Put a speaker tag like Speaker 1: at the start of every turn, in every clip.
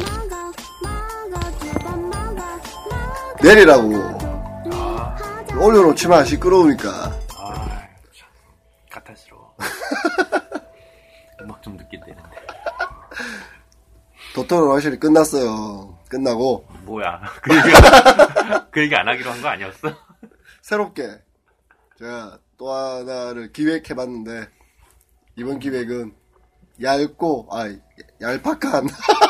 Speaker 1: 먹어 먹어 두 번 먹어 먹어
Speaker 2: 내리라고.
Speaker 1: 하자
Speaker 2: 올려놓지 마, 시끄러우니까.
Speaker 3: 아, 참. 가탈스러워. 음악 좀 듣게 되는데.
Speaker 2: 도토로 확실히 끝났어요. 끝나고,
Speaker 3: 뭐야. 그 얘기, 그 얘기 안 하기로 한 거 아니었어?
Speaker 2: 새롭게, 제가 또 하나를 기획해봤는데, 이번 기획은, 얇고, 아, 얄팍한,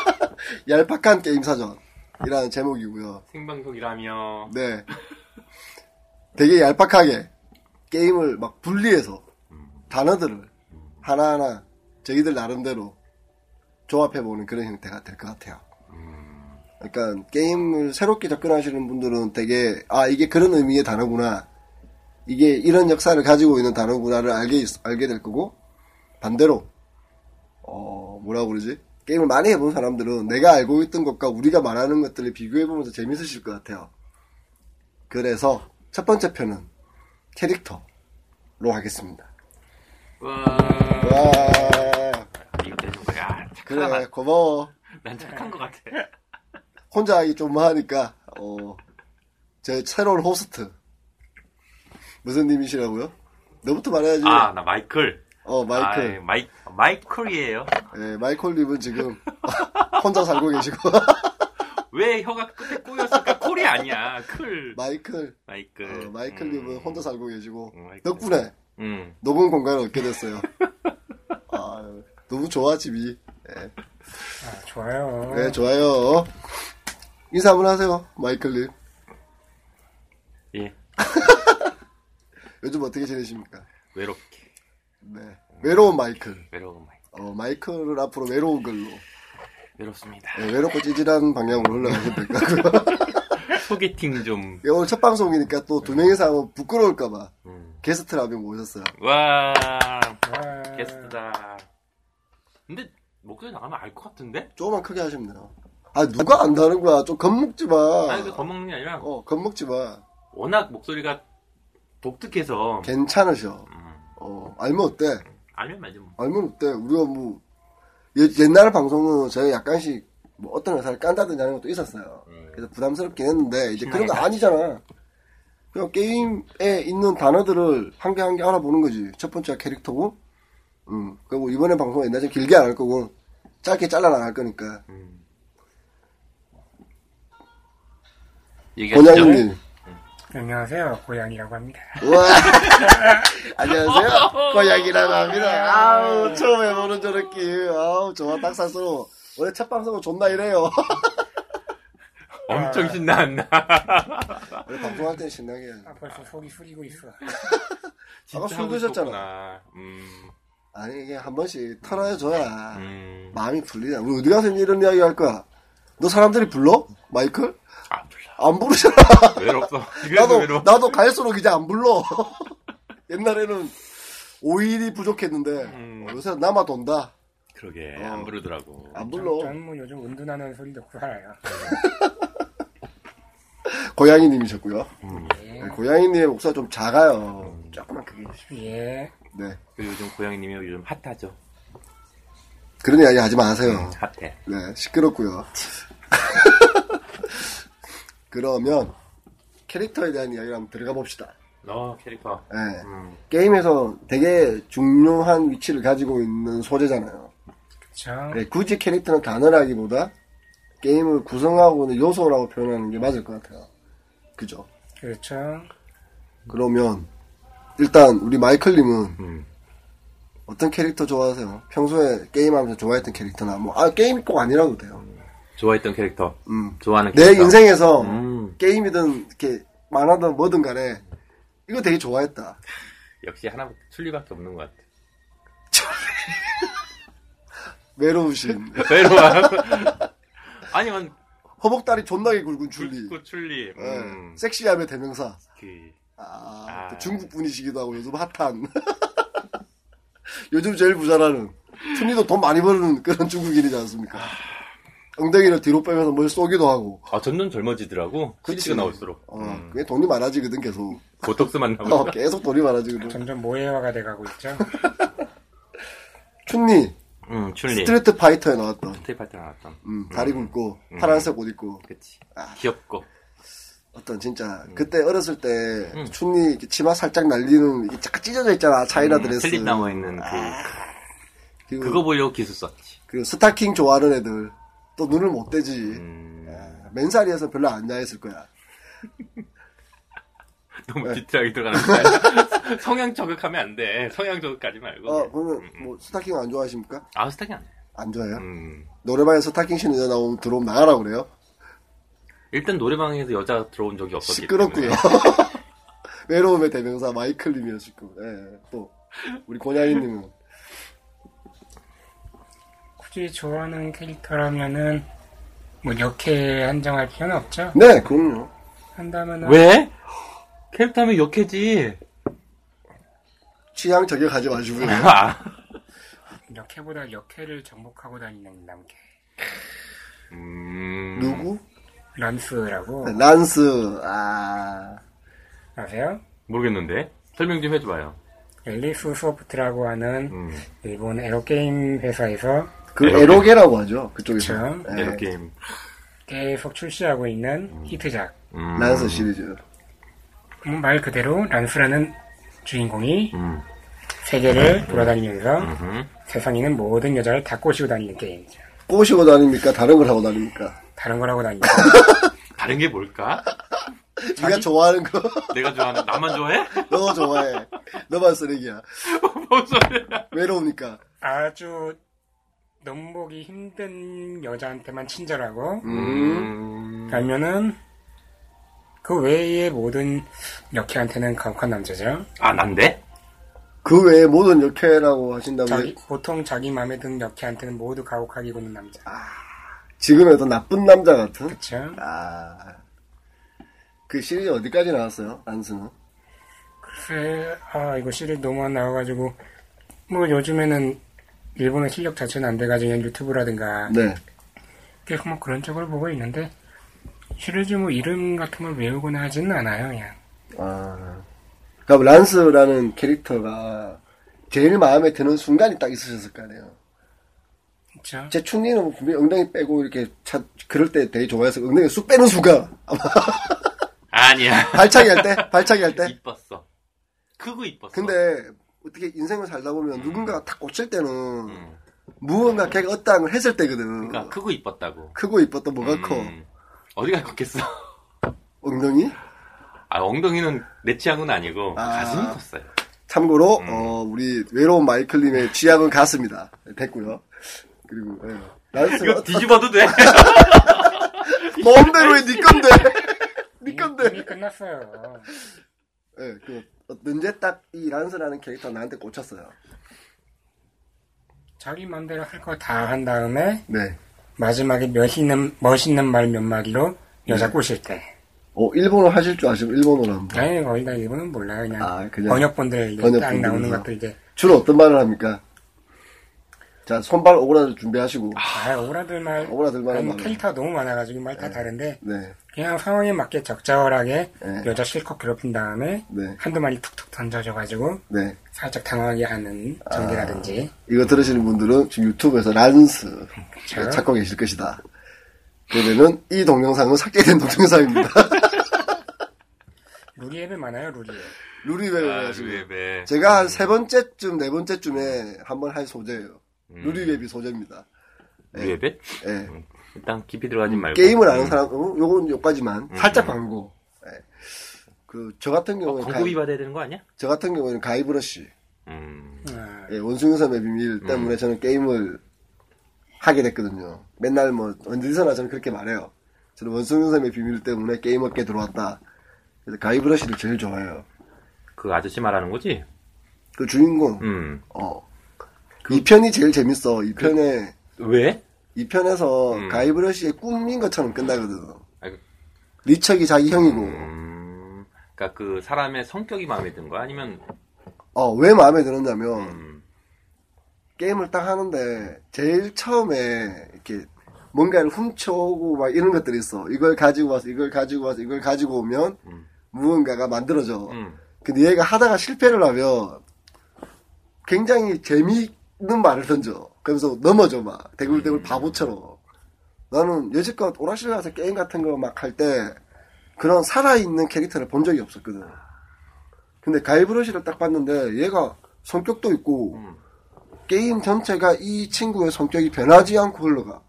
Speaker 2: 얄팍한 게임사전이라는 제목이고요.
Speaker 3: 생방송이라며.
Speaker 2: 네. 되게 얄팍하게 게임을 막 분리해서 단어들을 하나하나 저희들 나름대로 조합해보는 그런 형태가 될 것 같아요. 그러니까 게임을 새롭게 접근하시는 분들은 되게 아 이게 그런 의미의 단어구나 이게 이런 역사를 가지고 있는 단어구나를 알게 있- 알게 될 거고 반대로 어 뭐라고 그러지 게임을 많이 해본 사람들은 내가 알고 있던 것과 우리가 말하는 것들을 비교해보면서 재밌으실 것 같아요. 그래서 첫 번째 편은 캐릭터로 하겠습니다.
Speaker 3: 와.
Speaker 2: 와,
Speaker 3: 이거 되는 거야. 착하다.
Speaker 2: 그래, 고마워.
Speaker 3: 난 착한 거 같아.
Speaker 2: 혼자 하기 좀 하니까, 어, 제 새로운 호스트. 무슨 님이시라고요? 너부터 말해야지.
Speaker 3: 아, 나 마이클.
Speaker 2: 어,
Speaker 3: 아,
Speaker 2: 마이클.
Speaker 3: 마이, 마이클이에요.
Speaker 2: 예, 마이콜님은 지금 혼자 살고 계시고.
Speaker 3: 왜 혀가 끝에 꼬였을까? 콜이 아니야. 클.
Speaker 2: 마이클. 어,
Speaker 3: 마이클.
Speaker 2: 마이클님은 혼자 살고 계시고.
Speaker 3: 음, 마이클.
Speaker 2: 덕분에
Speaker 3: 음.
Speaker 2: 녹음 공간을 얻게 됐어요. 아, 너무 좋아, 집이. 예.
Speaker 4: 아, 좋아요.
Speaker 2: 네, 좋아요. 인사 한번 하세요, 마이클님.
Speaker 3: 예.
Speaker 2: 요즘 어떻게 지내십니까?
Speaker 3: 외롭게.
Speaker 2: 네. 외로운 마이클.
Speaker 3: 외로운 마이클.
Speaker 2: 어, 마이클을 앞으로 외로운 걸로.
Speaker 3: 외롭습니다.
Speaker 2: 네, 외롭고 찌질한 방향으로 흘러가시면 될 것 같고요.
Speaker 3: 소개팅 좀.
Speaker 2: 예, 오늘 첫 방송이니까 또 두 명이서 하면 부끄러울까봐
Speaker 3: 음.
Speaker 2: 게스트를 한명 모셨어요.
Speaker 3: 와.
Speaker 4: 와.
Speaker 3: 네. 게스트다. 근데 목소리 나가면 알 것 같은데?
Speaker 2: 조금만 크게 하시면 돼요. 아, 누가 안다는 거야. 좀 겁먹지 마.
Speaker 3: 아니 그 겁먹는 게 아니라
Speaker 2: 어, 겁먹지 마.
Speaker 3: 워낙 목소리가 독특해서
Speaker 2: 괜찮으셔.
Speaker 3: 음,
Speaker 2: 어, 알면 어때?
Speaker 3: 알면 말지 뭐.
Speaker 2: 알면 어때? 우리가 뭐, 예- 옛날 방송은 저희 약간씩 뭐 어떤 회사를 깐다든지 하는 것도 있었어요. 그래서 부담스럽긴 했는데, 이제 그런 거 아니잖아. 그냥 게임에 있는 단어들을 한 개 한 개 알아보는 거지. 첫 번째가 캐릭터고, 음, 그리고 이번에 방송은 옛날처럼 길게 안 할 거고, 짧게 잘라 나갈 거니까.
Speaker 3: 음.
Speaker 2: 고양이님.
Speaker 4: 안녕하세요. 고양이라고 합니다.
Speaker 2: 우와. 안녕하세요. 고양이라고 합니다. 아우, 처음에 보는 저 느낌. 아우, 저와 딱 살수록. 원래 첫 방송은 존나 이래요.
Speaker 3: 엄청 신나한다.
Speaker 2: 원래 방송할 땐 신나게 해야지.
Speaker 4: 아, 벌써 속이 수리고 있어.
Speaker 2: 아까
Speaker 3: 진짜
Speaker 2: 술
Speaker 3: 하고
Speaker 2: 드셨잖아.
Speaker 3: 싶었구나. 음.
Speaker 2: 아니 이게 한 번씩 털어줘야
Speaker 3: 음.
Speaker 2: 마음이 풀리냐 우리 어디 가서 이런 이야기 할 거야 너 사람들이 불러? 마이클?
Speaker 3: 아 몰라.
Speaker 2: 안 부르잖아
Speaker 3: 외롭어. 그래서
Speaker 2: 나도
Speaker 3: 외로워.
Speaker 2: 나도 갈수록 이제 안 불러 옛날에는 5일이 부족했는데
Speaker 3: 음.
Speaker 2: 어, 요새 남아 돈다
Speaker 3: 그러게
Speaker 2: 어.
Speaker 3: 안 부르더라고.
Speaker 2: 안
Speaker 4: 전-
Speaker 2: 불러
Speaker 4: 전뭐 요즘 은둔하는 소리 듣고 살아요.
Speaker 2: 고양이님이셨고요
Speaker 3: 음.
Speaker 2: 네, 고양이님의 목소리가 좀 작아요 음. 조금만 크게 해주십시오.
Speaker 4: 예.
Speaker 2: 네
Speaker 3: 그리고 요즘 고양이님이 요즘 핫하죠.
Speaker 2: 그런 이야기 하지 마세요
Speaker 3: 핫해.
Speaker 2: 네, 시끄럽고요. 그러면 캐릭터에 대한 이야기를 한번 들어가 봅시다.
Speaker 3: 너 캐릭터.
Speaker 2: 예.
Speaker 3: 음.
Speaker 2: 게임에서 되게 중요한 위치를 가지고 있는 소재잖아요.
Speaker 3: 음.
Speaker 4: 참.
Speaker 2: 예, 굳이 캐릭터는 단어라기보다 게임을 구성하고 있는 요소라고 표현하는 게 맞을 것 같아요. 그죠?
Speaker 4: 그렇죠.
Speaker 2: 그러면 일단 우리 마이클님은
Speaker 3: 음.
Speaker 2: 어떤 캐릭터 좋아하세요? 평소에 게임하면서 좋아했던 캐릭터나 뭐 아 게임이 꼭 아니라도 돼요.
Speaker 3: 음. 좋아했던 캐릭터.
Speaker 2: 음.
Speaker 3: 좋아하는
Speaker 2: 내
Speaker 3: 캐릭터.
Speaker 2: 인생에서
Speaker 3: 그러니까. 음.
Speaker 2: 게임이든 이렇게 만화든 뭐든 간에 이거 되게 좋아했다.
Speaker 3: 역시 하나 출리밖에 없는 것 같아.
Speaker 2: 외로우신.
Speaker 3: 외로워. 아니, 난
Speaker 2: 허벅다리 존나게 굵은 줄리.
Speaker 3: 굵고 출리.
Speaker 2: 예,
Speaker 3: 그 음.
Speaker 2: 섹시함의 대명사.
Speaker 3: 그
Speaker 2: 아,
Speaker 3: 아.
Speaker 2: 또 중국 분이시기도 하고 요즘 핫한. 요즘 제일 부자라는. 순위도 돈 많이 버는 그런 중국인이지 않습니까? 엉덩이를 뒤로 빼면서 뭘 쏘기도 하고.
Speaker 3: 아, 점점 젊어지더라고.
Speaker 2: 그치.
Speaker 3: 시리즈가 나올수록. 음,
Speaker 2: 어, 그게 돈이 많아지거든 계속.
Speaker 3: 보톡스만 나오고.
Speaker 2: 어, 계속 돈이 많아지거든.
Speaker 4: 점점 모해화가 돼가고 있죠.
Speaker 2: 춘리
Speaker 3: 응, 출리.
Speaker 2: 스트리트 파이터에 나왔던.
Speaker 3: 음, 스테이프 할때 나왔던.
Speaker 2: 음, 아. 다리 굵고 파란색 옷 입고
Speaker 3: 그치. 귀엽고.
Speaker 2: 어떤 진짜
Speaker 3: 음.
Speaker 2: 그때 어렸을 때 춘리 이렇게 치마 살짝 날리는 이게 쫙 찢어져 있잖아 차이나 드레스 아,
Speaker 3: 슬립 음, 나와 있는 그,
Speaker 2: 그리고,
Speaker 3: 그거 보려고 기술 썼지.
Speaker 2: 그리고 스타킹 좋아하는 애들 또 눈을 못 떼지 아,
Speaker 3: 음,
Speaker 2: 네. 맨살이어서 별로 안 좋아했을 거야
Speaker 3: 너무
Speaker 2: 네.
Speaker 3: 디테일하게 들어가는 거야. 성향 저격하면 안 돼. 성향 저격까지 말고.
Speaker 2: 어 그러면 뭐 스타킹 안 좋아하십니까?
Speaker 3: 아, 스타킹 안 해.
Speaker 2: 안 좋아해요?
Speaker 3: 음.
Speaker 2: 노래방에 서 스타킹 신는 여자 나오면 들어오면 나가라 그래요?
Speaker 3: 일단 노래방에서 여자 들어온 적이 없었기
Speaker 2: 시끄럽고요
Speaker 3: 때문에.
Speaker 2: 외로움의 대명사 마이클님이었을 거고 예, 또 우리 고양이님은
Speaker 4: 굳이 좋아하는 캐릭터라면은 뭐 이렇게 한정할 필요는 없죠.
Speaker 2: 네 그럼요 네.
Speaker 4: 한다면은
Speaker 3: 왜? 캐릭터 하면 역해지.
Speaker 2: 취향 저격하지 마시고요
Speaker 3: 아.
Speaker 4: 역해보다 역해를 정복하고 다니는 남캐.
Speaker 3: 음.
Speaker 2: 누구?
Speaker 3: 네,
Speaker 4: 런스라고
Speaker 2: 란스 아
Speaker 4: 아세요?
Speaker 3: 모르겠는데. 설명 좀 해줘봐요.
Speaker 4: 엘리스 소프트라고 하는
Speaker 3: 음.
Speaker 4: 일본 에어게임 회사에서
Speaker 2: 그
Speaker 3: 에로게.
Speaker 2: 에로게라고 하죠 그쪽에서
Speaker 4: 그쵸.
Speaker 2: 예,
Speaker 3: 에로 게임.
Speaker 4: 계속 출시하고 있는 히트작.
Speaker 3: 음.
Speaker 2: 란스 시리즈
Speaker 4: 음, 말 그대로 란스라는 주인공이
Speaker 3: 음.
Speaker 4: 세계를 돌아다니면서
Speaker 3: 음.
Speaker 4: 세상에 있는 모든 여자를 다 꼬시고 다니는 게임이죠.
Speaker 2: 꼬시고 다닙니까? 다른 걸 하고 다닙니까?
Speaker 4: 다른 걸 하고 다니고
Speaker 3: 다른 게 뭘까?
Speaker 2: 네가 좋아하는 거
Speaker 3: 내가 좋아하는 나만 좋아해?
Speaker 2: 너가 좋아해 너만 쓰레기야
Speaker 3: 뭔 소리야?
Speaker 2: 외로우니까
Speaker 4: 아주 넘보기 힘든 여자한테만 친절하고
Speaker 3: 음.
Speaker 4: 아니면은 그 외의 모든 역캐한테는 가혹한 남자죠.
Speaker 3: 아 난데?
Speaker 2: 그 외에 모든 역캐라고
Speaker 4: 자기,
Speaker 2: 하신다면
Speaker 4: 보통 자기 마음에 든 역캐한테는 모두 가혹하게 구는 남자.
Speaker 3: 아,
Speaker 2: 지금의 어떤 나쁜 남자 같은
Speaker 4: 그렇죠.
Speaker 2: 아그 그 시리즈 어디까지 나왔어요? 란스는
Speaker 4: 글쎄, 아 이거 시리즈 너무 안 나와가지고 뭐 요즘에는 일본의 실력 자체는 안 돼가지고 그냥 유튜브라든가
Speaker 2: 네
Speaker 4: 계속 뭐 그런 쪽을 보고 있는데 시리즈 뭐 이름 같은 걸 외우거나 하지는 않아요 그냥.
Speaker 2: 아, 그러니까 란스라는 캐릭터가 제일 마음에 드는 순간이 딱 있으셨을 거 아니에요.
Speaker 4: 그렇죠.
Speaker 2: 제 춘리는 뭐 분명히 엉덩이 빼고 이렇게 차, 그럴 때 되게 좋아해서 엉덩이 쑥 빼는 순간 아마
Speaker 3: 아니야.
Speaker 2: 발차기 할 때, 발차기 할 때.
Speaker 3: 이뻤어. 크고 이뻤어.
Speaker 2: 네? 근데 어떻게 인생을 살다 보면 누군가가 탁 꽂힐 때는 무언가 걔가 어떠한 걸 했을 때거든.
Speaker 3: 그러니까 크고 이뻤다고.
Speaker 2: 크고 이뻤던 뭐가 커?
Speaker 3: 음. 어디가 컸겠어?
Speaker 2: 엉덩이?
Speaker 3: 아 엉덩이는 내 취향은 아니고
Speaker 2: 아.
Speaker 3: 가슴이 컸어요.
Speaker 2: 참고로
Speaker 3: 음.
Speaker 2: 어, 우리 외로운 마이클님의 취향은 같습니다. 됐고요. 그리고 예. 란스가
Speaker 3: 이거 뒤집어도 돼?
Speaker 2: 마음대로 해네 건데. 네 건데.
Speaker 4: 이미 끝났어요.
Speaker 2: 예, 그 언제 딱 이 란스라는 캐릭터 나한테 꽂혔어요.
Speaker 4: 자기 마음대로 할 거 다 한 다음에
Speaker 2: 네.
Speaker 4: 마지막에 멋있는 멋있는 말 몇 마디로
Speaker 2: 음.
Speaker 4: 여자 꼬실 때.
Speaker 2: 어 일본어 하실 줄 아시면 일본어로 한번.
Speaker 4: 아니 거의 다 일본은 몰라요 그냥,
Speaker 2: 아, 그냥
Speaker 4: 번역본들 이제
Speaker 2: 번역본들에서.
Speaker 4: 딱 나오는 것도 이제
Speaker 2: 주로 어떤 말을 합니까? 자 손발 오그라들 준비하시고.
Speaker 4: 아 오라들 말
Speaker 2: 오라들 말은
Speaker 4: 아니,
Speaker 2: 많아요.
Speaker 4: 캐릭터가 너무 많아가지고 말 다 다른데
Speaker 2: 네.
Speaker 4: 그냥 상황에 맞게 적절하게
Speaker 2: 네.
Speaker 4: 여자 실컷 괴롭힌 다음에
Speaker 2: 네.
Speaker 4: 한두 마리 툭툭 던져줘가지고
Speaker 2: 네.
Speaker 4: 살짝 당황하게 하는
Speaker 2: 아.
Speaker 4: 전개라든지
Speaker 2: 이거 들으시는 분들은 지금 유튜브에서 란스
Speaker 4: 그쵸?
Speaker 2: 찾고 계실 것이다. 그러면은 이 동영상은 삭제된 동영상입니다.
Speaker 4: 루리앱에 많아요 루리앱
Speaker 2: 루리웨어
Speaker 3: 아,
Speaker 2: 네, 지금.
Speaker 3: 루에베.
Speaker 2: 제가 한 세 번째쯤 네 번째쯤에 한번 할 소재예요. 루리웹이 소재입니다.
Speaker 3: 음. 루에베?
Speaker 2: 예.
Speaker 3: 음, 일단 깊이 들어가지 말고.
Speaker 2: 음,
Speaker 3: 음.
Speaker 2: 게임을 아는 사람, 은 요건 요까지만 살짝 광고. 예. 그저 같은 경우에
Speaker 3: 광고 위반해야 어, 되는 거 아니야?
Speaker 2: 저 같은 경우에는 가이브러쉬
Speaker 3: 음.
Speaker 4: 아,
Speaker 2: 예, 원숭이섬의 비밀 때문에 저는 게임을 하게 됐거든요. 맨날 뭐 언제서나 저는 그렇게 말해요. 저는 원숭이섬의 비밀 때문에 게임 업계 들어왔다. 그래서 가이브러쉬를 제일 좋아해요.
Speaker 3: 그 아저씨 말하는 거지?
Speaker 2: 그 주인공
Speaker 3: 음. 그
Speaker 2: 어. 이 편이 제일 재밌어. 이 편에
Speaker 3: 왜?
Speaker 2: 이 편에서
Speaker 3: 그 음.
Speaker 2: 가이브러시의 꿈인 것처럼 끝나거든.
Speaker 3: 아이고. 그,
Speaker 2: 리척이 자기 형이고,
Speaker 3: 음, 그러니까 그 사람의 성격이 마음에 든 거야? 아니면
Speaker 2: 어, 왜 마음에 들었냐면,
Speaker 3: 음,
Speaker 2: 게임을 딱 하는데, 제일 처음에, 이렇게, 뭔가를 훔쳐오고 막 이런 것들이 있어. 이걸 가지고 와서, 이걸 가지고 와서, 이걸 가지고 오면,
Speaker 3: 음.
Speaker 2: 무언가가 만들어져.
Speaker 3: 음,
Speaker 2: 근데 얘가 하다가 실패를 하면 굉장히 재미있는 말을 던져. 그러면서 넘어져 막 대굴대굴 바보처럼. 나는 여지껏 오락실 가서 게임 같은 거 막 할 때 그런 살아있는 캐릭터를 본 적이 없었거든. 근데 가이브러시를 딱 봤는데 얘가 성격도 있고
Speaker 3: 음.
Speaker 2: 게임 전체가 이 친구의 성격이 변하지 않고 흘러가.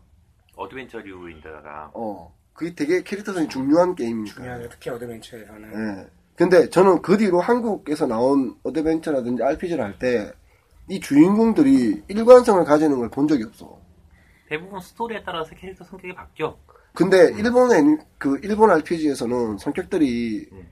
Speaker 3: 어드벤처류인데다가
Speaker 2: 어. 그게 되게 캐릭터성이 중요한 게임이니까.
Speaker 4: 중요하죠. 특히 어드벤처에서는.
Speaker 2: 예. 근데 저는 그 뒤로 한국에서 나온 어드벤처라든지 RPG를 할 때 이 주인공들이 일관성을 가지는 걸 본 적이 없어.
Speaker 3: 대부분 스토리에 따라서 캐릭터 성격이 바뀌어.
Speaker 2: 근데
Speaker 3: 음.
Speaker 2: 일본의 그 일본 RPG에서는 성격들이
Speaker 3: 음.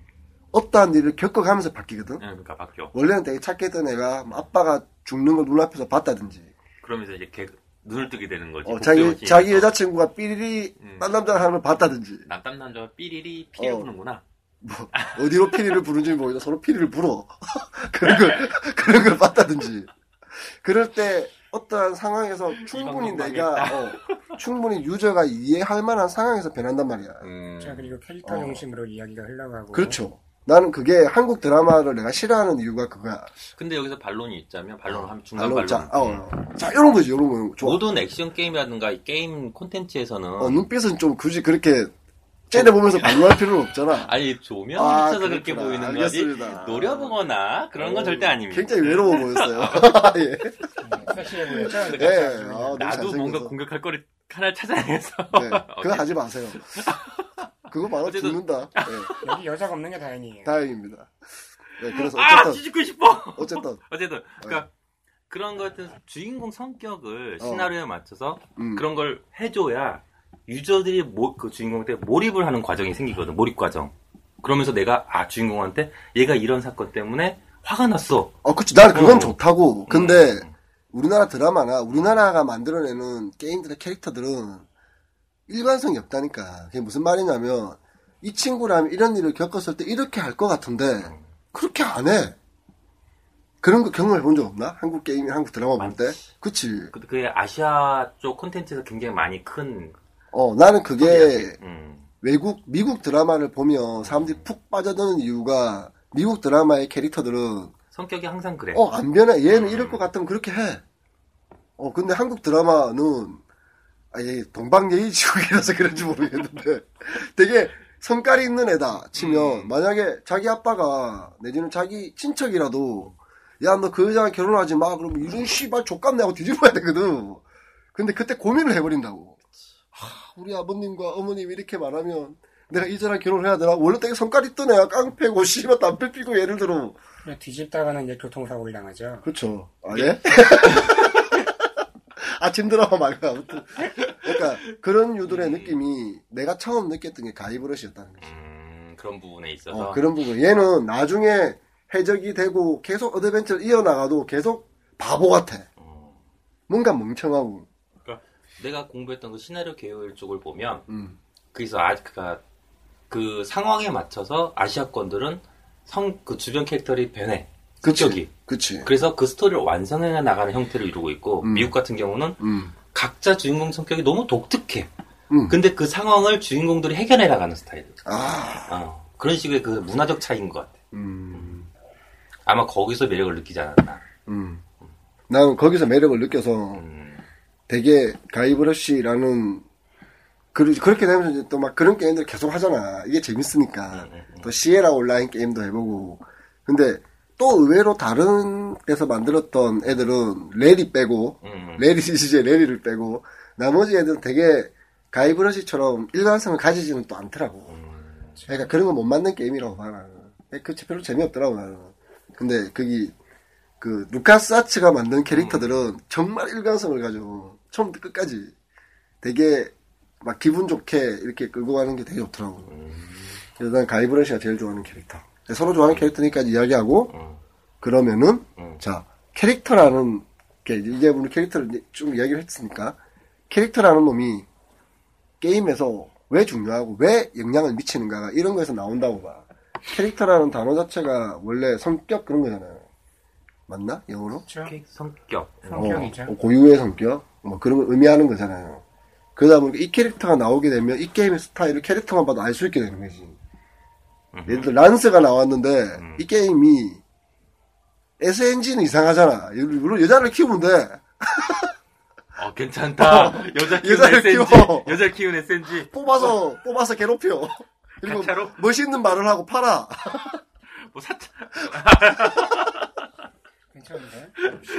Speaker 2: 어떠한 일을 겪어가면서 바뀌거든.
Speaker 3: 예, 그러니까 바뀌어.
Speaker 2: 원래는 되게 착했던 애가 아빠가 죽는 걸 눈앞에서 봤다든지,
Speaker 3: 그러면서 이제 걔 눈을 뜨게 되는 거지.
Speaker 2: 어, 자기
Speaker 3: 복수의
Speaker 2: 자기
Speaker 3: 신에서.
Speaker 2: 여자친구가 삐리리
Speaker 3: 음.
Speaker 2: 딴 남자 하는 걸 봤다든지,
Speaker 3: 남남 남자 삐리리 피리
Speaker 2: 어.
Speaker 3: 부는구나.
Speaker 2: 뭐 어디로 피리를 부른지 모르겠다. 서로 피리를 불어. 그런 걸 그런 걸 봤다든지. 그럴 때 어떠한 상황에서 충분히
Speaker 3: 방송
Speaker 2: 내가 어, 충분히 유저가 이해할 만한 상황에서 변한단 말이야.
Speaker 3: 음.
Speaker 4: 자 그리고 캐릭터
Speaker 2: 어.
Speaker 4: 중심으로 이야기가 흘러가고.
Speaker 2: 그렇죠. 나는 그게 한국 드라마를 내가 싫어하는 이유가 그거야.
Speaker 3: 근데 여기서 반론이 있자면 반론 하면 중간
Speaker 2: 발로
Speaker 3: 반론.
Speaker 2: 자, 아, 어, 어. 자 이런 거지 이런 거 좋아.
Speaker 3: 모든 액션 게임이라든가 이 게임 콘텐츠에서는
Speaker 2: 어, 눈빛은 좀 굳이 그렇게 째려보면서 반론할 필요는 없잖아.
Speaker 3: 아니 조명을
Speaker 2: 아,
Speaker 3: 비춰서 그렇게
Speaker 2: 그렇구나.
Speaker 3: 보이는
Speaker 2: 알겠습니다.
Speaker 3: 거지 노려보거나 그런 건
Speaker 2: 어,
Speaker 3: 절대 아닙니다.
Speaker 2: 굉장히 외로워 보였어요. 예.
Speaker 4: 섹시해 보였죠.
Speaker 2: 예. 아, 너무
Speaker 3: 나도 뭔가
Speaker 2: 잘생겨서.
Speaker 3: 공격할 거리 하나 찾아내서
Speaker 2: 네, 그거 하지 마세요. 그거 말하면
Speaker 3: 어쨌든-
Speaker 2: 죽는다. 네,
Speaker 4: 여기 여자가 없는 게 다행이에요.
Speaker 2: 다행입니다. 네, 그래서
Speaker 3: 아
Speaker 2: 어쨌든
Speaker 3: 뒤집고 싶어.
Speaker 2: 어쨌든
Speaker 3: 어쨌든 그러니까 그런 것 같은 주인공 성격을
Speaker 2: 어.
Speaker 3: 시나리오에 맞춰서
Speaker 2: 음,
Speaker 3: 그런 걸 해줘야 유저들이 모- 그 주인공한테 몰입을 하는 과정이 생기거든. 몰입 과정. 그러면서 내가 아 주인공한테 얘가 이런 사건 때문에 화가 났어.
Speaker 2: 어, 그치. 난 그건
Speaker 3: 어.
Speaker 2: 좋다고. 근데 우리나라 드라마나 우리나라가 만들어내는 게임들의 캐릭터들은 일관성이 없다니까. 그게 무슨 말이냐면 이 친구라면 이런 일을 겪었을 때 이렇게 할 것 같은데 그렇게 안 해. 그런 거 경험해 본 적 없나? 한국 게임, 한국 드라마 볼 때? 그치.
Speaker 3: 그- 그게 아시아 쪽 콘텐츠에서 굉장히 많이 큰
Speaker 2: 어, 나는 그게
Speaker 3: 음,
Speaker 2: 외국 미국 드라마를 보면 사람들이 푹 빠져드는 이유가 미국 드라마의 캐릭터들은
Speaker 3: 성격이 항상 그래.
Speaker 2: 어 안 변해 얘는 이럴 것 같으면 그렇게 해. 어 근데 한국 드라마는 아예 동방예의 지국이라서 그런지 모르겠는데 되게 성깔이 있는 애다 치면
Speaker 3: 음.
Speaker 2: 만약에 자기 아빠가 내지는 자기 친척이라도 야 너 그 여자랑 결혼하지 마 그러면 이런 씨발 족감내 하고 뒤집어야 되거든. 근데 그때 고민을 해버린다고. 하, 우리 아버님과 어머님 이렇게 말하면 내가 이자랑 결혼해야 되나? 원래 되게 성깔 있던 애가 깡패고 씨발 담배 피고 예를 들어.
Speaker 4: 그냥 뒤집다가는 이제 교통사고를 당하죠.
Speaker 2: 그렇죠. 아, 예? 아침 드라마 말고 아무튼. 그러니까 그런 유들의 느낌이 내가 처음 느꼈던 게 가이브러시였다는 거죠.
Speaker 3: 음, 그런 부분에 있어서
Speaker 2: 어, 그런 부분. 얘는 나중에 해적이 되고 계속 어드벤처를 이어나가도 계속 바보 같아.
Speaker 3: 음.
Speaker 2: 뭔가 멍청하고.
Speaker 3: 내가 공부했던 그 시나리오 계열 쪽을 보면
Speaker 2: 음.
Speaker 3: 그래서 아, 그니까 그 상황에 맞춰서 아시아권들은 성 그 주변 캐릭터들이 변해 성격이
Speaker 2: 그치.
Speaker 3: 그래서 그 스토리를 완성해 나가는 형태를 이루고 있고
Speaker 2: 음.
Speaker 3: 미국 같은 경우는
Speaker 2: 음.
Speaker 3: 각자 주인공 성격이 너무 독특해
Speaker 2: 음.
Speaker 3: 근데 그 상황을 주인공들이 해결해 나가는 스타일
Speaker 2: 아.
Speaker 3: 어, 그런 식의 그 문화적 차이인 것 같아
Speaker 2: 음.
Speaker 3: 아마 거기서 매력을 느끼지 않았나
Speaker 2: 음. 난 거기서 매력을 느껴서
Speaker 3: 음,
Speaker 2: 되게 가이브러쉬라는 그, 그렇게 되면서 이제 또 막 그런 게임들 계속 하잖아. 이게 재밌으니까. 또 시에라 온라인 게임도 해보고. 근데 또 의외로 다른 데서 만들었던 애들은 레리 빼고,
Speaker 3: 음.
Speaker 2: 레리, 이제 레리를 빼고, 나머지 애들은 되게 가이브러쉬처럼 일관성을 가지지는 또 않더라고. 그러니까 그런 거 못 만든 게임이라고 봐, 나는. 그, 별로 재미없더라고, 나는. 근데 그기, 그, 루카스 아츠가 만든 캐릭터들은 정말 일관성을 가지고, 처음부터 끝까지 되게 막 기분 좋게 이렇게 끌고 가는 게 되게 좋더라고. 그래서 난 가이브러시가 제일 좋아하는 캐릭터. 서로 좋아하는 캐릭터니까 이야기하고,
Speaker 3: 음.
Speaker 2: 그러면은,
Speaker 3: 음.
Speaker 2: 자, 캐릭터라는, 게 이제 우리 캐릭터를 이제 좀 이야기를 했으니까, 캐릭터라는 놈이 게임에서 왜 중요하고 왜 영향을 미치는가가 이런 거에서 나온다고 봐. 캐릭터라는 단어 자체가 원래 성격 그런 거잖아요. 맞나? 영어로?
Speaker 4: 그렇죠?
Speaker 3: 네. 성격.
Speaker 4: 성격이죠.
Speaker 2: 어, 고유의 성격 뭐 그런 걸 의미하는 거잖아요. 그러다 보니까 이 캐릭터가 나오게 되면 이 게임의 스타일을 캐릭터만 봐도 알 수 있게 되는 거지. 예를 들어 란스가 나왔는데
Speaker 3: 음.
Speaker 2: 이 게임이 SNG는 이상하잖아. 물론 여자를 키우는데
Speaker 3: 어, 괜찮다. 여자 키운
Speaker 2: 여자를
Speaker 3: SNG.
Speaker 2: 키워.
Speaker 3: 여자 키운 SNG.
Speaker 2: 뽑아서 뽑아서 괴롭혀. 그리고
Speaker 3: 가짜로?
Speaker 2: 멋있는 말을 하고 팔아.
Speaker 3: 뭐 사차.
Speaker 4: 괜찮은데?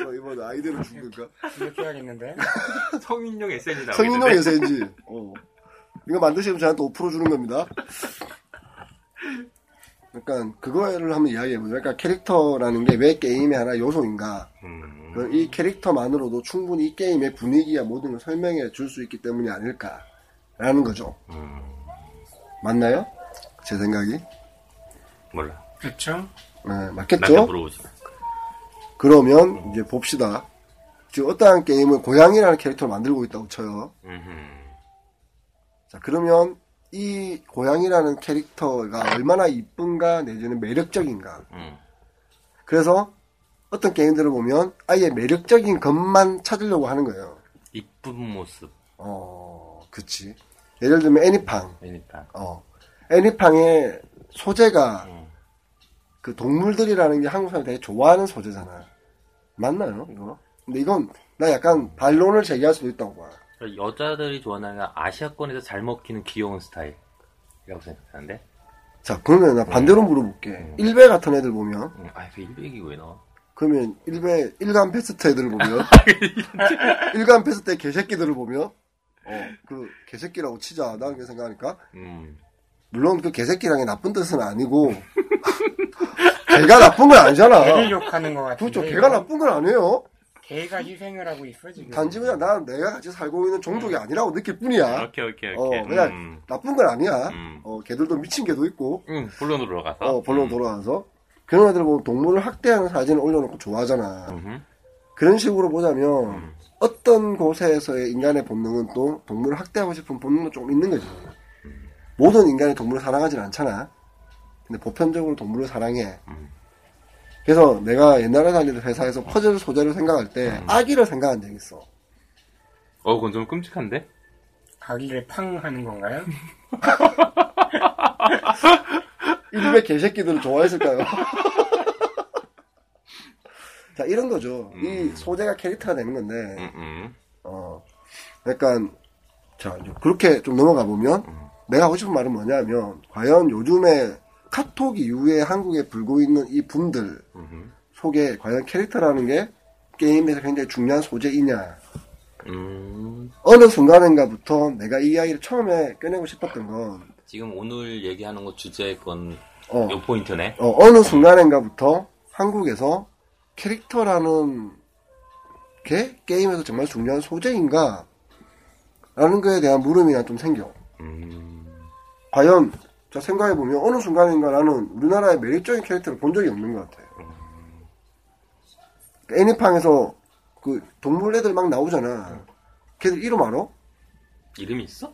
Speaker 2: 뭐 이번 아이들은 죽을까?
Speaker 4: 이렇게 해야겠는데?
Speaker 3: 성인용 SNG 나오겠는데.
Speaker 2: 성인용 SNG. 어. 이거 만드시면 저한테 5% 주는 겁니다. 약간 그거를 한번 이야기해보죠. 그러니까 캐릭터라는 게 왜 게임의 하나 요소인가.
Speaker 3: 음.
Speaker 2: 그럼 이 캐릭터만으로도 충분히 이 게임의 분위기와 모든 걸 설명해 줄 수 있기 때문이 아닐까라는 거죠.
Speaker 3: 음.
Speaker 2: 맞나요? 제 생각이?
Speaker 3: 몰라.
Speaker 4: 그렇죠?
Speaker 2: 네,
Speaker 3: 나한테
Speaker 2: 맞겠죠?
Speaker 3: 물어보지. 마.
Speaker 2: 그러면 이제 봅시다. 지금 어떠한 게임을 고양이라는 캐릭터를 만들고 있다고 쳐요.
Speaker 3: 음흠.
Speaker 2: 자, 그러면 이 고양이라는 캐릭터가 얼마나 이쁜가 내지는 매력적인가.
Speaker 3: 음.
Speaker 2: 그래서 어떤 게임들을 보면 아예 매력적인 것만 찾으려고 하는 거예요.
Speaker 3: 이쁜 모습.
Speaker 2: 어, 그치. 예를 들면 애니팡.
Speaker 3: 그러니까.
Speaker 2: 어. 애니팡의 소재가 그 동물들이라는 게 한국 사람이 되게 좋아하는 소재잖아. 맞나요, 이거? 근데 이건 나 약간 반론을 제기할 수도 있다고 봐.
Speaker 3: 여자들이 좋아하는 건 아시아권에서 잘 먹히는 귀여운 스타일이라고 생각하는데.
Speaker 2: 자, 그러면 나 반대로 물어볼게. 일베 같은 애들 보면
Speaker 3: 음, 아, 그 100이 왜 나와?
Speaker 2: 그러면 일베 일간 패스트 애들을 보면
Speaker 3: 아,
Speaker 2: 일간 패스트 의 개새끼들을 보면 어그 개새끼라고 치자 나는 게 생각하니까
Speaker 3: 음.
Speaker 2: 물론 그 개새끼라는 게 나쁜 뜻은 아니고 개가 나쁜 건
Speaker 4: 개를
Speaker 2: 아니잖아
Speaker 4: 욕하는 것 같은데.
Speaker 2: 그렇죠 개가 나쁜 건 아니에요
Speaker 4: 개가 희생을 하고 있어,
Speaker 3: 음.
Speaker 4: 지금.
Speaker 2: 단지 그냥 나 내가 같이 살고 있는 종족이 아니라고 느낄 뿐이야
Speaker 3: 오케이, 오케이,
Speaker 2: 어
Speaker 3: 오케이.
Speaker 2: 그냥
Speaker 3: 음.
Speaker 2: 나쁜 건 아니야
Speaker 3: 음.
Speaker 2: 어 개들도 미친 개도 있고
Speaker 3: 음, 본론으로 돌아가서.
Speaker 2: 어 본론
Speaker 3: 음.
Speaker 2: 돌아와서 그런 애들 보면 동물을 학대하는 사진을 올려놓고 좋아하잖아
Speaker 3: 음흠. 음.
Speaker 2: 그런 식으로 보자면 어떤 곳에서의 인간의 본능은 또 동물을 학대하고 싶은 본능도 조금 있는 거지.
Speaker 3: 음.
Speaker 2: 모든 인간이 동물을 사랑하진 않잖아. 근데 보편적으로 동물을 사랑해.
Speaker 3: 음.
Speaker 2: 그래서 내가 옛날에 다니던 회사에서 퍼즐 소재를 생각할 때
Speaker 3: 음.
Speaker 2: 아기를 생각한 적이 있어.
Speaker 3: 어, 그건 좀 끔찍한데?
Speaker 4: 아기를 팡 하는 건가요?
Speaker 2: 일베 개새끼들을 좋아했을까요? 자 이런 거죠. 이 소재가 캐릭터가 되는 건데
Speaker 3: 음, 음.
Speaker 2: 어, 약간, 자, 이제 그렇게 좀 넘어가 보면,
Speaker 3: 음.
Speaker 2: 내가 하고 싶은 말은 뭐냐면, 과연 요즘에 카톡 이후에 한국에 불고 있는 이 붐들
Speaker 3: 음흠.
Speaker 2: 속에 과연 캐릭터라는 게 게임에서 굉장히 중요한 소재이냐.
Speaker 3: 음.
Speaker 2: 어느 순간인가부터 내가 이 이야기를 처음에 꺼내고 싶었던 건,
Speaker 3: 지금 오늘 얘기하는 거 주제건
Speaker 2: 어,
Speaker 3: 요 포인트네.
Speaker 2: 어, 어느 순간인가부터 한국에서 캐릭터라는 게 게임에서 정말 중요한 소재인가? 라는 거에 대한 물음이나 좀 생겨.
Speaker 3: 음.
Speaker 2: 과연 자 생각해보면 어느 순간인가 나는 우리나라의 매력적인 캐릭터를 본 적이 없는 것 같아요. 애니팡에서 그 동물 애들 막 나오잖아. 걔들 이름 알아?
Speaker 3: 이름이 있어?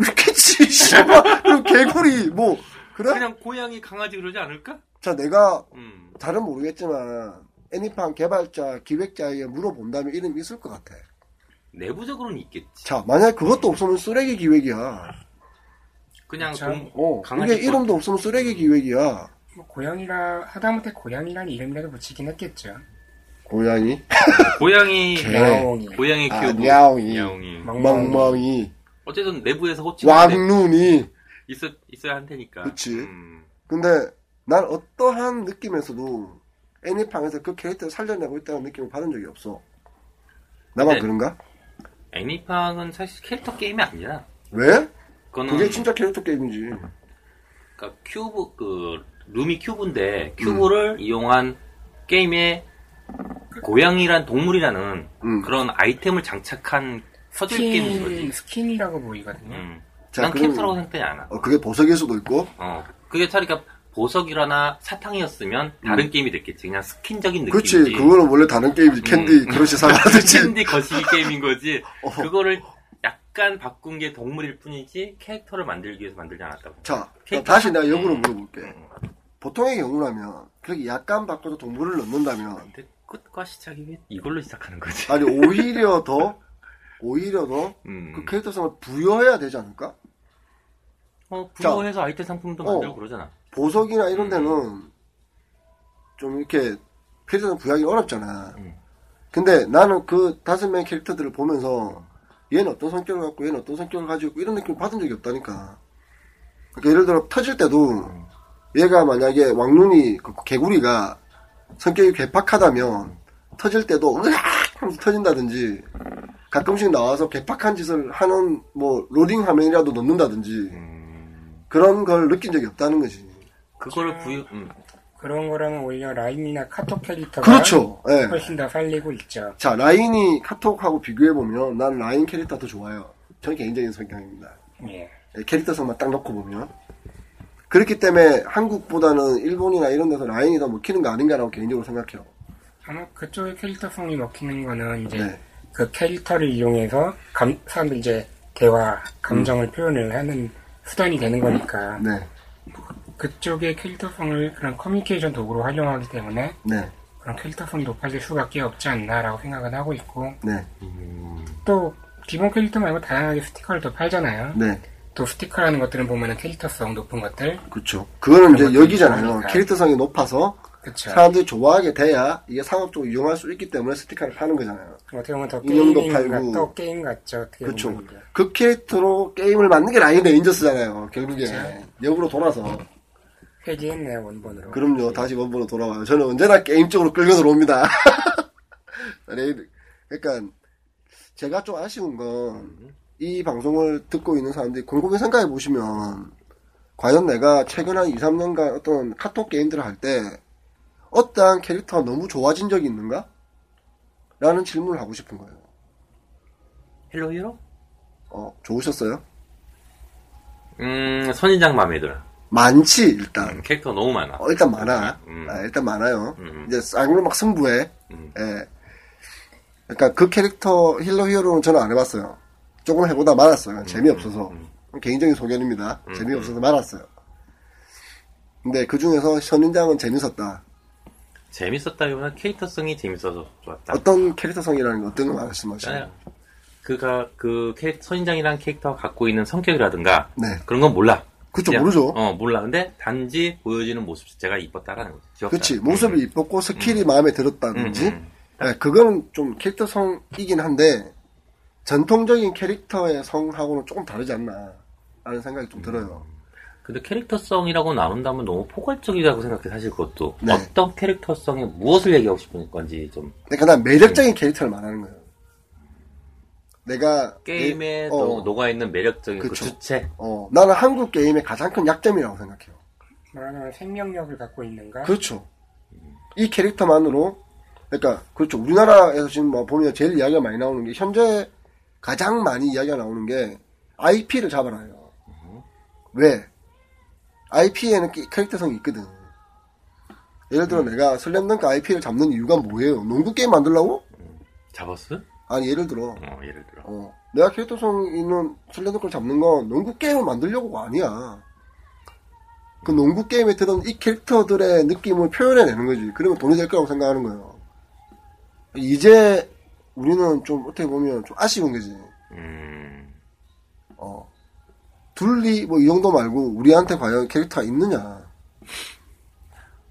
Speaker 2: 이렇게 지 씨발 그럼 개구리 뭐 그래?
Speaker 3: 그냥 고양이 강아지 그러지 않을까?
Speaker 2: 자 내가
Speaker 3: 음.
Speaker 2: 잘은 모르겠지만 애니팡 개발자 기획자에게 물어본다면 이름이 있을 것 같아.
Speaker 3: 내부적으로는 있겠지.
Speaker 2: 자 만약 그것도 없으면 쓰레기 기획이야.
Speaker 3: 그냥
Speaker 4: 참,
Speaker 3: 공-
Speaker 2: 어
Speaker 3: 강아지
Speaker 2: 이게 이름도 없으면 쓰레기 기획이야.
Speaker 4: 뭐 고양이라, 하다못해 고양이라는 이름이라도 붙이긴 했겠죠.
Speaker 3: 음.
Speaker 2: 고양이
Speaker 3: 어, 고양이 네.
Speaker 2: 개.
Speaker 4: 야옹이.
Speaker 3: 고양이
Speaker 2: 아,
Speaker 3: 키우고
Speaker 2: 야옹이.
Speaker 3: 야옹이.
Speaker 2: 멍멍이
Speaker 3: 어쨌든 내부에서 호칭이
Speaker 2: 왕눈이
Speaker 3: 있어 있어야 할 테니까.
Speaker 2: 그치.
Speaker 3: 음.
Speaker 2: 근데 난 어떠한 느낌에서도 애니팡에서 그 캐릭터를 살려내고 있다는 느낌을 받은 적이 없어. 나만
Speaker 3: 네.
Speaker 2: 그런가?
Speaker 3: 애니팡은 사실 캐릭터 게임이 아니라
Speaker 2: 왜?
Speaker 3: 그거는
Speaker 2: 그게 진짜 캐릭터 게임이지.
Speaker 3: 그러니까 큐브 그 룸이 큐브인데 큐브를
Speaker 2: 음.
Speaker 3: 이용한 게임에 고양이란 동물이라는
Speaker 2: 음.
Speaker 3: 그런 아이템을 장착한 서질 게임인
Speaker 4: 스킨,
Speaker 3: 거지.
Speaker 4: 스킨이라고 보이거든요.
Speaker 3: 음.
Speaker 2: 자,
Speaker 3: 난
Speaker 2: 그럼-
Speaker 3: 캐릭터라고 생각이 안 나.
Speaker 2: 어, 그게 보석일 수도 있고.
Speaker 3: 어. 그게 차라리 그러니까 보석이라나 사탕이었으면 다른
Speaker 2: 음.
Speaker 3: 게임이 됐겠지. 그냥 스킨적인 느낌이지. 음.
Speaker 2: 그렇지. 어. 그거는 원래 다른 게임이지. 캔디, 그렇지, 사가듯이.
Speaker 3: 캔디 거시기 게임인 거지. 그거를 약간 바꾼 게 동물일 뿐이지 캐릭터를 만들기 위해서 만들지 않았다고.
Speaker 2: 자,
Speaker 3: 캐릭터
Speaker 2: 다시 내가 역으로
Speaker 3: 음.
Speaker 2: 물어볼게. 보통의 경우라면, 그렇게 약간 바꿔서 동물을 넣는다면,
Speaker 3: 근데 끝과 시작이 왜 이걸로 시작하는 거지?
Speaker 2: 아니, 오히려 더, 오히려 더,
Speaker 3: 음.
Speaker 2: 그 캐릭터성을 부여해야 되지 않을까?
Speaker 3: 어, 부여해서 아이템 상품도
Speaker 2: 어.
Speaker 3: 만들고 그러잖아.
Speaker 2: 보석이나 이런 데는, 좀 이렇게, 캐릭터성 부여하기 어렵잖아.
Speaker 3: 음.
Speaker 2: 근데 나는 그 다섯 명의 캐릭터들을 보면서, 얘는 어떤 성격을 갖고, 얘는 어떤 성격을 가지고 있고, 이런 느낌을 받은 적이 없다니까. 그러니까 예를 들어, 터질 때도, 얘가 만약에 왕눈이, 그 개구리가, 성격이 괴팍하다면, 터질 때도, 으악! 하면서 터진다든지, 가끔씩 나와서 괴팍한 짓을 하는, 뭐, 로딩 화면이라도 넣는다든지, 그런 걸 느낀 적이 없다는 거지.
Speaker 3: 그거를 부여, 음.
Speaker 4: 그런 거라면 오히려 라인이나 카톡 캐릭터가
Speaker 2: 그렇죠. 예.
Speaker 4: 훨씬 더 살리고 있죠.
Speaker 2: 자, 라인이 카톡하고 비교해보면, 난 라인 캐릭터 더 좋아요. 저는 개인적인 성향입니다.
Speaker 4: 예.
Speaker 2: 예, 캐릭터성만 딱 넣고 보면. 그렇기 때문에 한국보다는 일본이나 이런 데서 라인이 더 먹히는 거 아닌가라고 개인적으로 생각해요.
Speaker 4: 아마 그쪽의 캐릭터성이 먹히는 거는 이제
Speaker 2: 네.
Speaker 4: 그 캐릭터를 이용해서 감, 사람들 이제 대화, 감정을
Speaker 3: 음.
Speaker 4: 표현을 하는 수단이 되는 거니까
Speaker 2: 네,
Speaker 4: 그쪽의 캐릭터성을 그런 커뮤니케이션 도구로 활용하기 때문에
Speaker 2: 네,
Speaker 4: 그런 캐릭터성이 높아질 수밖에 없지 않나라고 생각은 하고 있고
Speaker 2: 네,
Speaker 4: 또 기본 캐릭터 말고 다양하게 스티커를 더 팔잖아요.
Speaker 2: 네.
Speaker 4: 또 스티커라는 것들은 보면은 캐릭터성 높은 것들
Speaker 2: 그렇죠. 그거는
Speaker 4: 그런
Speaker 2: 이제
Speaker 4: 것들이
Speaker 2: 여기잖아요.
Speaker 4: 좋으니까.
Speaker 2: 캐릭터성이 높아서
Speaker 4: 그쵸.
Speaker 2: 사람들이 좋아하게 돼야 이게 상업적으로 이용할 수 있기 때문에 스티커를 파는 거잖아요.
Speaker 4: 어떻게 보면 더
Speaker 2: 인형도
Speaker 4: 게이밍
Speaker 2: 팔고.
Speaker 4: 같, 게임 같죠. 어떻게
Speaker 2: 그렇죠.
Speaker 4: 보면.
Speaker 2: 그 캐릭터로 게임을 만든 게 라인 레인저스잖아요. 결국에
Speaker 4: 그쵸.
Speaker 2: 역으로 돌아서
Speaker 4: 회귀했네요 원본으로.
Speaker 2: 그럼요. 다시 원본으로 돌아와요. 저는 언제나 게임 쪽으로 끌려 들어옵니다. 레일, 그러니까 제가 좀 아쉬운 건 이 방송을 듣고 있는 사람들이 곰곰이 생각해 보시면 과연 내가 최근 한 2, 3년간 어떤 카톡 게임들을 할 때 어떠한 캐릭터가 너무 좋아진 적이 있는가? 라는 질문을 하고 싶은 거예요.
Speaker 3: 헬로 히로?
Speaker 2: 어, 좋으셨어요?
Speaker 3: 음, 선인장 마음에 들어. 음,
Speaker 2: 많지 일단.
Speaker 3: 캐릭터 너무 많아.
Speaker 2: 어, 일단 많아.
Speaker 3: 음.
Speaker 2: 아, 일단 많아요.
Speaker 3: 음.
Speaker 2: 이제 쌍으로 막 승부해.
Speaker 3: 음.
Speaker 2: 예. 그러니까 그 캐릭터 힐러 히어로는 저는 안 해봤어요. 조금 해보다
Speaker 3: 음,
Speaker 2: 말았어요. 재미없어서. 개인적인 소견입니다. 재미없어서 말았어요. 근데 그 중에서 현인장은 재밌었다.
Speaker 3: 재밌었다기보다 캐릭터성이 재밌어서 좋았다.
Speaker 2: 어떤 캐릭터성이라는 건 어떤 걸 말씀하시나요?
Speaker 3: 있잖아요. 그가 그 캐릭, 선인장이란 캐릭터가 갖고 있는 성격이라든가
Speaker 2: 네.
Speaker 3: 그런 건 몰라.
Speaker 2: 그쵸, 모르죠.
Speaker 3: 어, 몰라. 근데 단지 보여지는 모습 자체가 이뻤다라는 음. 거지. 귀엽다.
Speaker 2: 그치. 모습이 이뻤고 스킬이 마음에 들었다든지.
Speaker 3: 음, 음.
Speaker 2: 예, 그거는 좀 캐릭터성이긴 한데 전통적인 캐릭터의 성하고는 조금 다르지 않나 라는 생각이
Speaker 3: 음.
Speaker 2: 좀 들어요.
Speaker 3: 근데 캐릭터성이라고 나눈다면 너무 포괄적이라고 생각해 사실 그것도
Speaker 2: 네.
Speaker 3: 어떤 캐릭터성에 무엇을 얘기하고 싶은 건지 좀
Speaker 2: 그러니까 난
Speaker 3: 음.
Speaker 2: 매력적인 캐릭터를 말하는 거예요. 내가
Speaker 3: 게임에
Speaker 2: 내-
Speaker 3: 너무 녹아 있는 매력적인 그
Speaker 2: 어. 그쵸.
Speaker 3: 주체.
Speaker 2: 어, 나는 한국 게임의 가장 큰 약점이라고 생각해요.
Speaker 4: 말하자면 생명력을 갖고 있는가?
Speaker 2: 그렇죠. 이 캐릭터만으로 그러니까 그렇죠. 우리나라에서 지금 뭐 보면 제일 이야기가 많이 나오는 게 현재 가장 많이 이야기가 나오는 게 IP를 잡아놔요. 왜? IP에는 캐릭터성이 있거든. 예를 들어 내가 슬램덩크 IP를 잡는 이유가 뭐예요? 농구 게임 만들라고?
Speaker 3: 잡았어?
Speaker 2: 아니 예를 들어
Speaker 3: 어, 예를 들어.
Speaker 2: 어, 내가 캐릭터성 있는 슬램덩크를 잡는 건 농구 게임을 만들려고가 아니야. 그 농구 게임에 드는 이 캐릭터들의 느낌을 표현해내는 거지. 그러면 돈이 될 거라고 생각하는 거예요. 이제 우리는 좀 어떻게 보면 좀 아쉬운 거지.
Speaker 3: 음.
Speaker 2: 어. 둘리 뭐 이 정도 말고 우리한테 과연 캐릭터가 있느냐.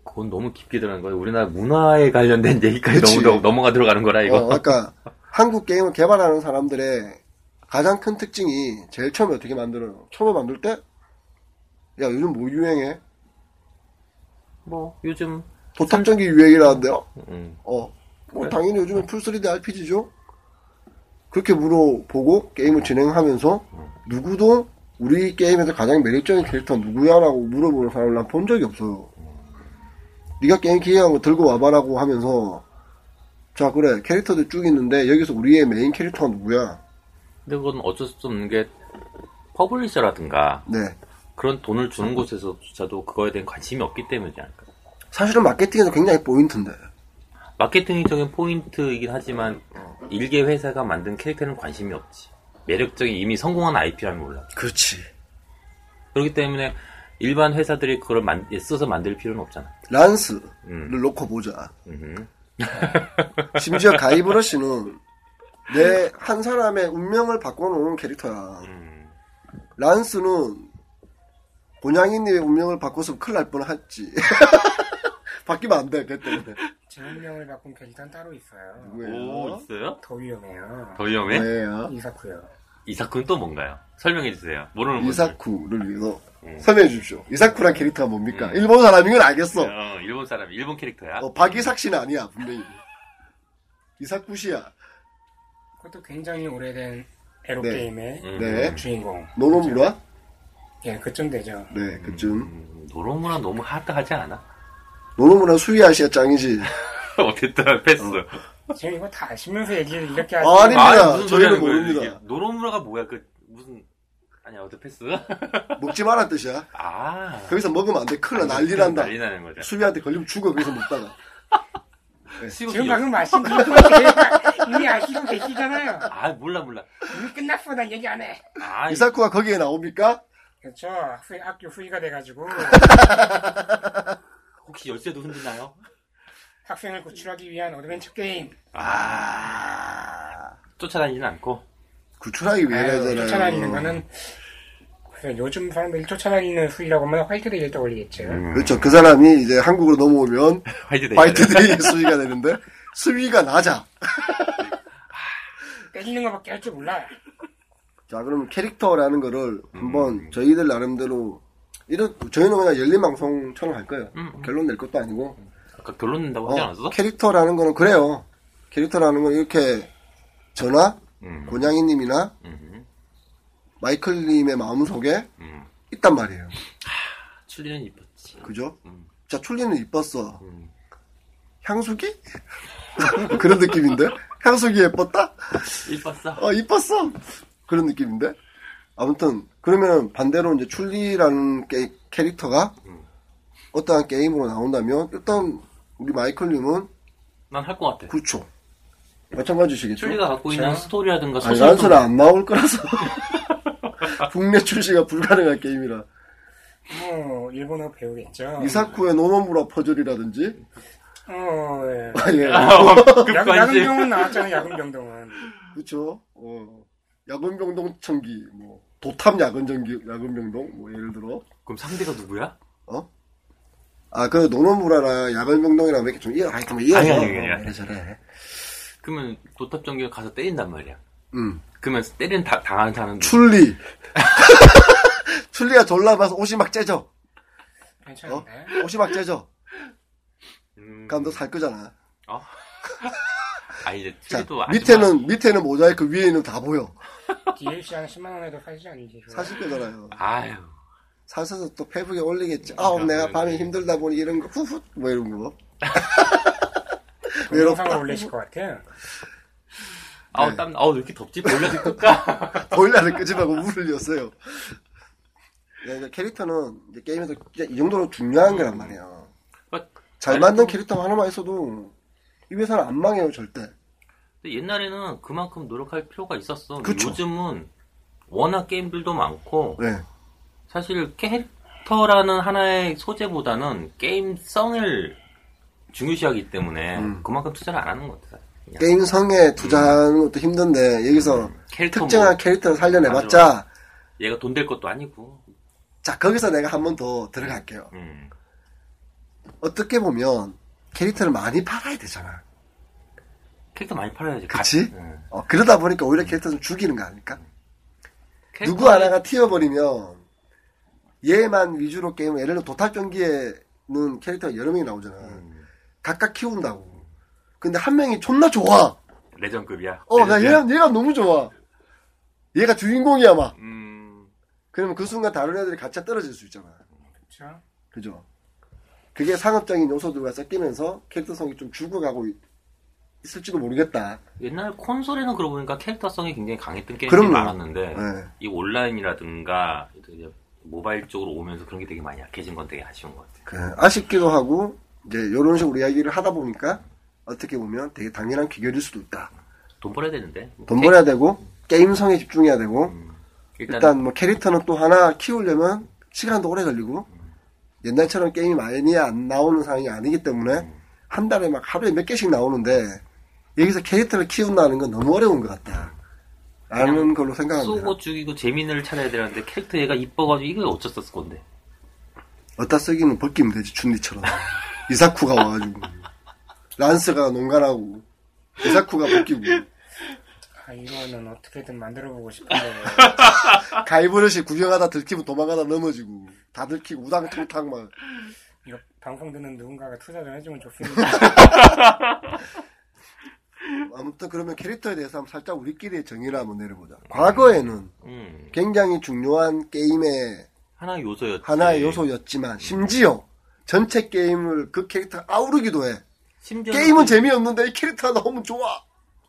Speaker 3: 그건 너무 깊게 들어가는 거야. 우리나라 문화에 관련된 얘기까지
Speaker 2: 그치.
Speaker 3: 너무 넘- 넘어가 들어가는 거라 이거.
Speaker 2: 어, 그러니까 한국 게임을 개발하는 사람들의 가장 큰 특징이 제일 처음에 어떻게 만들어요? 처음에 만들 때, 야 요즘 뭐 유행해?
Speaker 3: 뭐 요즘
Speaker 2: 도탑전기 유행이라는데요?
Speaker 3: 음.
Speaker 2: 어, 뭐 당연히 요즘에 풀 3D RPG죠. 그렇게 물어보고 게임을 진행하면서 누구도 우리 게임에서 가장 매력적인 캐릭터 누구야라고 물어보는 사람을 난 본 적이 없어요. 네가 게임 기획한 거 들고 와봐라고 하면서 자 그래 캐릭터들 쭉 있는데 여기서 우리의 메인 캐릭터가 누구야?
Speaker 3: 근데 그건 어쩔 수 없는 게 퍼블리셔라든가
Speaker 2: 네
Speaker 3: 그런 돈을 주는 곳에서조차도 그거에 대한 관심이 없기 때문이지 않을까.
Speaker 2: 사실은 마케팅에서 굉장히 포인트인데
Speaker 3: 마케팅적인 포인트이긴 하지만 일개 회사가 만든 캐릭터는 관심이 없지. 매력적인 이미 성공한 IP라면 몰라.
Speaker 2: 그렇지.
Speaker 3: 그렇기 때문에 일반 회사들이 그걸 만, 애써서 만들 필요는 없잖아.
Speaker 2: 란스를 놓고 보자. 심지어 가이브러시는 내 한 사람의 운명을 바꿔놓은 캐릭터야.
Speaker 3: 음.
Speaker 2: 란스는 본양이님의 운명을 바꿨으면 큰일 날 뻔했지. 바뀌면 안 돼, 걔 때문에.
Speaker 4: 제 운명을 바꾼 캐릭터는 따로 있어요.
Speaker 3: 오,
Speaker 2: 누구예요?
Speaker 3: 있어요?
Speaker 4: 더 위험해요.
Speaker 3: 더
Speaker 2: 아,
Speaker 3: 위험해?
Speaker 2: 왜요?
Speaker 4: 이사쿠요.
Speaker 3: 이사쿠는 또 뭔가요? 설명해 주세요. 모르는 분들.
Speaker 2: 이사쿠를 위해서
Speaker 3: 음.
Speaker 2: 설명해 주십시오. 이사쿠란 캐릭터가 뭡니까? 일본 사람인 건 알겠어.
Speaker 3: 어, 일본 사람, 일본 캐릭터야.
Speaker 2: 어, 박이삭 씨는 아니야, 분명히. 이사쿠 씨야.
Speaker 4: 그것도 굉장히 오래된 에로
Speaker 2: 네.
Speaker 4: 게임의
Speaker 3: 음.
Speaker 2: 네.
Speaker 4: 주인공.
Speaker 2: 노노무라?
Speaker 4: 예, 그쯤 되죠.
Speaker 2: 네, 그쯤.
Speaker 3: 음, 노로무라 너무 핫하지 않아?
Speaker 2: 노노무라 수위아시아 짱이지.
Speaker 3: 어쨌든 패스.
Speaker 4: 지금 이거 다 아시면서 얘기를 이렇게 하시면
Speaker 2: 아닙니다.
Speaker 3: 아니, 무슨 소리
Speaker 2: 저희는
Speaker 3: 하는 거예요,
Speaker 2: 모릅니다.
Speaker 3: 이게? 노로무라가 뭐야? 그 무슨 아니야, 어쨌든 패스.
Speaker 2: 먹지 마란 뜻이야.
Speaker 3: 아.
Speaker 2: 거기서 먹으면 안 돼. 큰일 나. 그러니까 난리 난다.
Speaker 3: 난리 나는 거죠. 아,
Speaker 2: 수비한테 걸리면 죽어. 거기서 먹다가.
Speaker 3: 지금
Speaker 4: 지금
Speaker 3: 이-
Speaker 4: 방금 말씀드린 거 이미 아시고 계시잖아요.
Speaker 3: 아, 몰라 몰라.
Speaker 4: 이미 끝났어, 난 얘기 안 해.
Speaker 3: 아,
Speaker 2: 이사쿠가 거기에 나옵니까?
Speaker 4: 그렇죠. 학생 학교 후위가 돼가지고
Speaker 3: 혹시 열쇠도 흔드나요?
Speaker 4: 학생을 구출하기 위한 어드벤처 게임.
Speaker 2: 아.
Speaker 3: 쫓아다니진 않고.
Speaker 2: 구출하기 위해
Speaker 4: 아유,
Speaker 2: 하잖아요.
Speaker 4: 쫓아다니는 거는 그래서 요즘 사람들이 쫓아다니는 후위라고 하면 화이트데이를 떠올리겠죠.
Speaker 2: 그렇죠. 그 사람이 이제 한국으로 넘어오면
Speaker 3: 화이트 데이.
Speaker 2: 화이트데이의 수위가 되는데 수위가 낮아.
Speaker 4: 때리는 거밖에 할 줄 몰라.
Speaker 2: 자, 그러면 캐릭터라는 거를 한번 저희들 나름대로 이런 저희는 그냥 열린 방송처럼 할 거예요. 결론 낼 것도 아니고
Speaker 3: 아까 결론 낸다고 하지
Speaker 2: 어,
Speaker 3: 않았어?
Speaker 2: 캐릭터라는 거는 그래요. 캐릭터라는 건 이렇게 전화, 곤양이님이나 마이클님의 마음속에 있단 말이에요.
Speaker 3: 출리는 이뻤지.
Speaker 2: 그죠? 자, 출리는 이뻤어. 향수기? 그런 느낌인데? 향수기 예뻤다?
Speaker 3: 이뻤어.
Speaker 2: 어, 이뻤어! 그런 느낌인데? 아무튼, 그러면 반대로 이제 출리라는 게- 캐릭터가 어떠한 게임으로 나온다면, 일단, 우리 마이클님은
Speaker 3: 난 할 것 같아.
Speaker 2: 그렇죠. 마찬가지시겠죠?
Speaker 3: 출리가 네. 갖고 있는 스토리라든가
Speaker 2: 아니,
Speaker 3: 소설.
Speaker 2: 란서는 안 나올 거라서. 국내 출시가 불가능한 게임이라.
Speaker 4: 뭐 일본어 배우겠죠.
Speaker 2: 이사쿠의 노노무라 퍼즐이라든지.
Speaker 4: 어, 예.
Speaker 2: 아, 예.
Speaker 4: 야,
Speaker 3: 급관심.
Speaker 4: 야금병은 나왔잖아요. 야금병동은.
Speaker 2: 그쵸. 어. 야근병동 청기, 뭐. 도탑 야근전기, 야근병동, 뭐, 예를 들어.
Speaker 3: 그럼 상대가 누구야?
Speaker 2: 어? 아, 그 노노무라나 야근병동이랑 이렇게 좀 이어, 아이, 그만 이어져.
Speaker 3: 아니, 아니, 아니, 아니.
Speaker 2: 이래 저래.
Speaker 3: 그러면 도탑전기가 가서 때린단 말이야.
Speaker 2: 음.
Speaker 3: 그러면 때린 다, 당한 사람
Speaker 2: 출리. 출리가 졸라봐서 옷이 막 째져. 어?
Speaker 4: 괜찮은데?
Speaker 2: 옷이 막 째져.
Speaker 3: 음.
Speaker 2: 그럼 너 살 거잖아.
Speaker 3: 어? 아 이제
Speaker 2: 자,
Speaker 3: 출리도 아줌마-
Speaker 2: 밑에는, 밑에는 모자이크, 위에는 다 보여.
Speaker 4: DLC 한 10만 원에도 사지 않지.
Speaker 2: 사실 거잖아요.
Speaker 3: 아유.
Speaker 2: 사셔서 또 페북에 올리겠지. 아,
Speaker 3: 그러니까
Speaker 2: 우
Speaker 3: 네,
Speaker 2: 내가 밤에 힘들다 보니 이런 거, 후후, 뭐 이런 거.
Speaker 4: 그 동영상을 올리실 것 같아요.
Speaker 3: 아우
Speaker 2: 네.
Speaker 3: 땀. 아우 왜 이렇게 덥지? 뭐 몰라 듣을까?
Speaker 2: 보일러를 끄지라고 물을 렸어요. 네, 이제 캐릭터는 이제 게임에서 이제 이 정도로 중요한
Speaker 3: 음.
Speaker 2: 거란 말이에요. 잘 만든 캐릭터 하나만 있어도 이 회사는 안 망해요, 절대.
Speaker 3: 옛날에는 그만큼 노력할 필요가 있었어. 근데
Speaker 2: 그쵸.
Speaker 3: 요즘은 워낙 게임들도 많고
Speaker 2: 네.
Speaker 3: 사실 캐릭터라는 하나의 소재보다는 게임성을 중요시하기 때문에
Speaker 2: 음.
Speaker 3: 그만큼 투자를 안 하는 것 같아요. 그냥
Speaker 2: 게임성에 투자하는 것도 힘든데 여기서
Speaker 3: 캐릭터
Speaker 2: 특정한
Speaker 3: 뭐
Speaker 2: 캐릭터를 살려내봤자
Speaker 3: 얘가 돈 될 것도 아니고.
Speaker 2: 자, 거기서 내가 한 번 더 들어갈게요.
Speaker 3: 음.
Speaker 2: 어떻게 보면 캐릭터를 많이 팔아야 되잖아.
Speaker 3: 캐릭터 많이 팔아야지.
Speaker 2: 그치?
Speaker 3: 가- 음.
Speaker 2: 어, 그러다 보니까 오히려 캐릭터 좀 죽이는 거 아닐까?
Speaker 3: 캐릭터-
Speaker 2: 누구 하나가 튀어버리면 얘만 위주로 게임을 예를 들어 도탈 경기에는 캐릭터가 여러 명이 나오잖아. 각각 키운다고. 근데 한 명이 존나 좋아.
Speaker 3: 레전급이야.
Speaker 2: 어, 나
Speaker 3: 레전이야.
Speaker 2: 얘가, 얘가 너무 좋아. 얘가 주인공이야, 막.
Speaker 3: 음. 그
Speaker 2: 그러면그 순간 다른 애들이 같이 떨어질 수 있잖아.
Speaker 4: 그렇죠.
Speaker 2: 그죠? 그게 상업적인 요소들과 섞이면서 캐릭터성이 좀 죽어가고 있- 있을지도 모르겠다.
Speaker 3: 옛날 콘솔에는 그러고 보니까 캐릭터성이 굉장히 강했던 게임이
Speaker 2: 그럼요.
Speaker 3: 많았는데
Speaker 2: 네.
Speaker 3: 이 온라인이라든가 이제 모바일 쪽으로 오면서 그런 게 되게 많이 약해진 건 되게 아쉬운 것 같아요.
Speaker 2: 그, 아쉽기도 하고, 이제, 요런 식으로 이야기를 하다 보니까, 어떻게 보면 되게 당연한 귀결일 수도 있다.
Speaker 3: 돈 벌어야 되는데.
Speaker 2: 돈 벌어야 되고, 게임성에 집중해야 되고
Speaker 3: 일단,
Speaker 2: 일단 뭐 캐릭터는 또 하나 키우려면 시간도 오래 걸리고 옛날처럼 게임이 많이 안 나오는 상황이 아니기 때문에 한 달에 막 하루에 몇 개씩 나오는데 여기서 캐릭터를 키운다는 건 너무 어려운 것 같다. 라는 걸로 생각합니다.
Speaker 3: 쏘고 죽이고 재미를 찾아야 되는데 캐릭터 얘가 이뻐가지고 이거 어쩌었을 건데.
Speaker 2: 어디다 쓰기는 벗기면 되지, 준리처럼. 이사쿠가 와가지고. 란스가 농간하고, 이사쿠가 벗기고,
Speaker 4: 아, 이거는 어떻게든 만들어보고 싶은데
Speaker 2: 가이브르시 구경하다 들키면 도망가다 넘어지고, 다 들키고 우당탕탕 막.
Speaker 4: 이거 방송 듣는 누군가가 투자 좀 해주면 좋습니다.
Speaker 2: 아무튼 그러면 캐릭터에 대해서 한번 살짝 우리끼리 정의를 한번 내려보자. 과거에는
Speaker 3: 음.
Speaker 2: 굉장히 중요한 게임의
Speaker 3: 하나의 요소였지.
Speaker 2: 하나의 요소였지만 심지어 전체 게임을 그 캐릭터가 아우르기도 해.
Speaker 3: 심지어
Speaker 2: 게임은 재미없는데 이 캐릭터가 너무 좋아.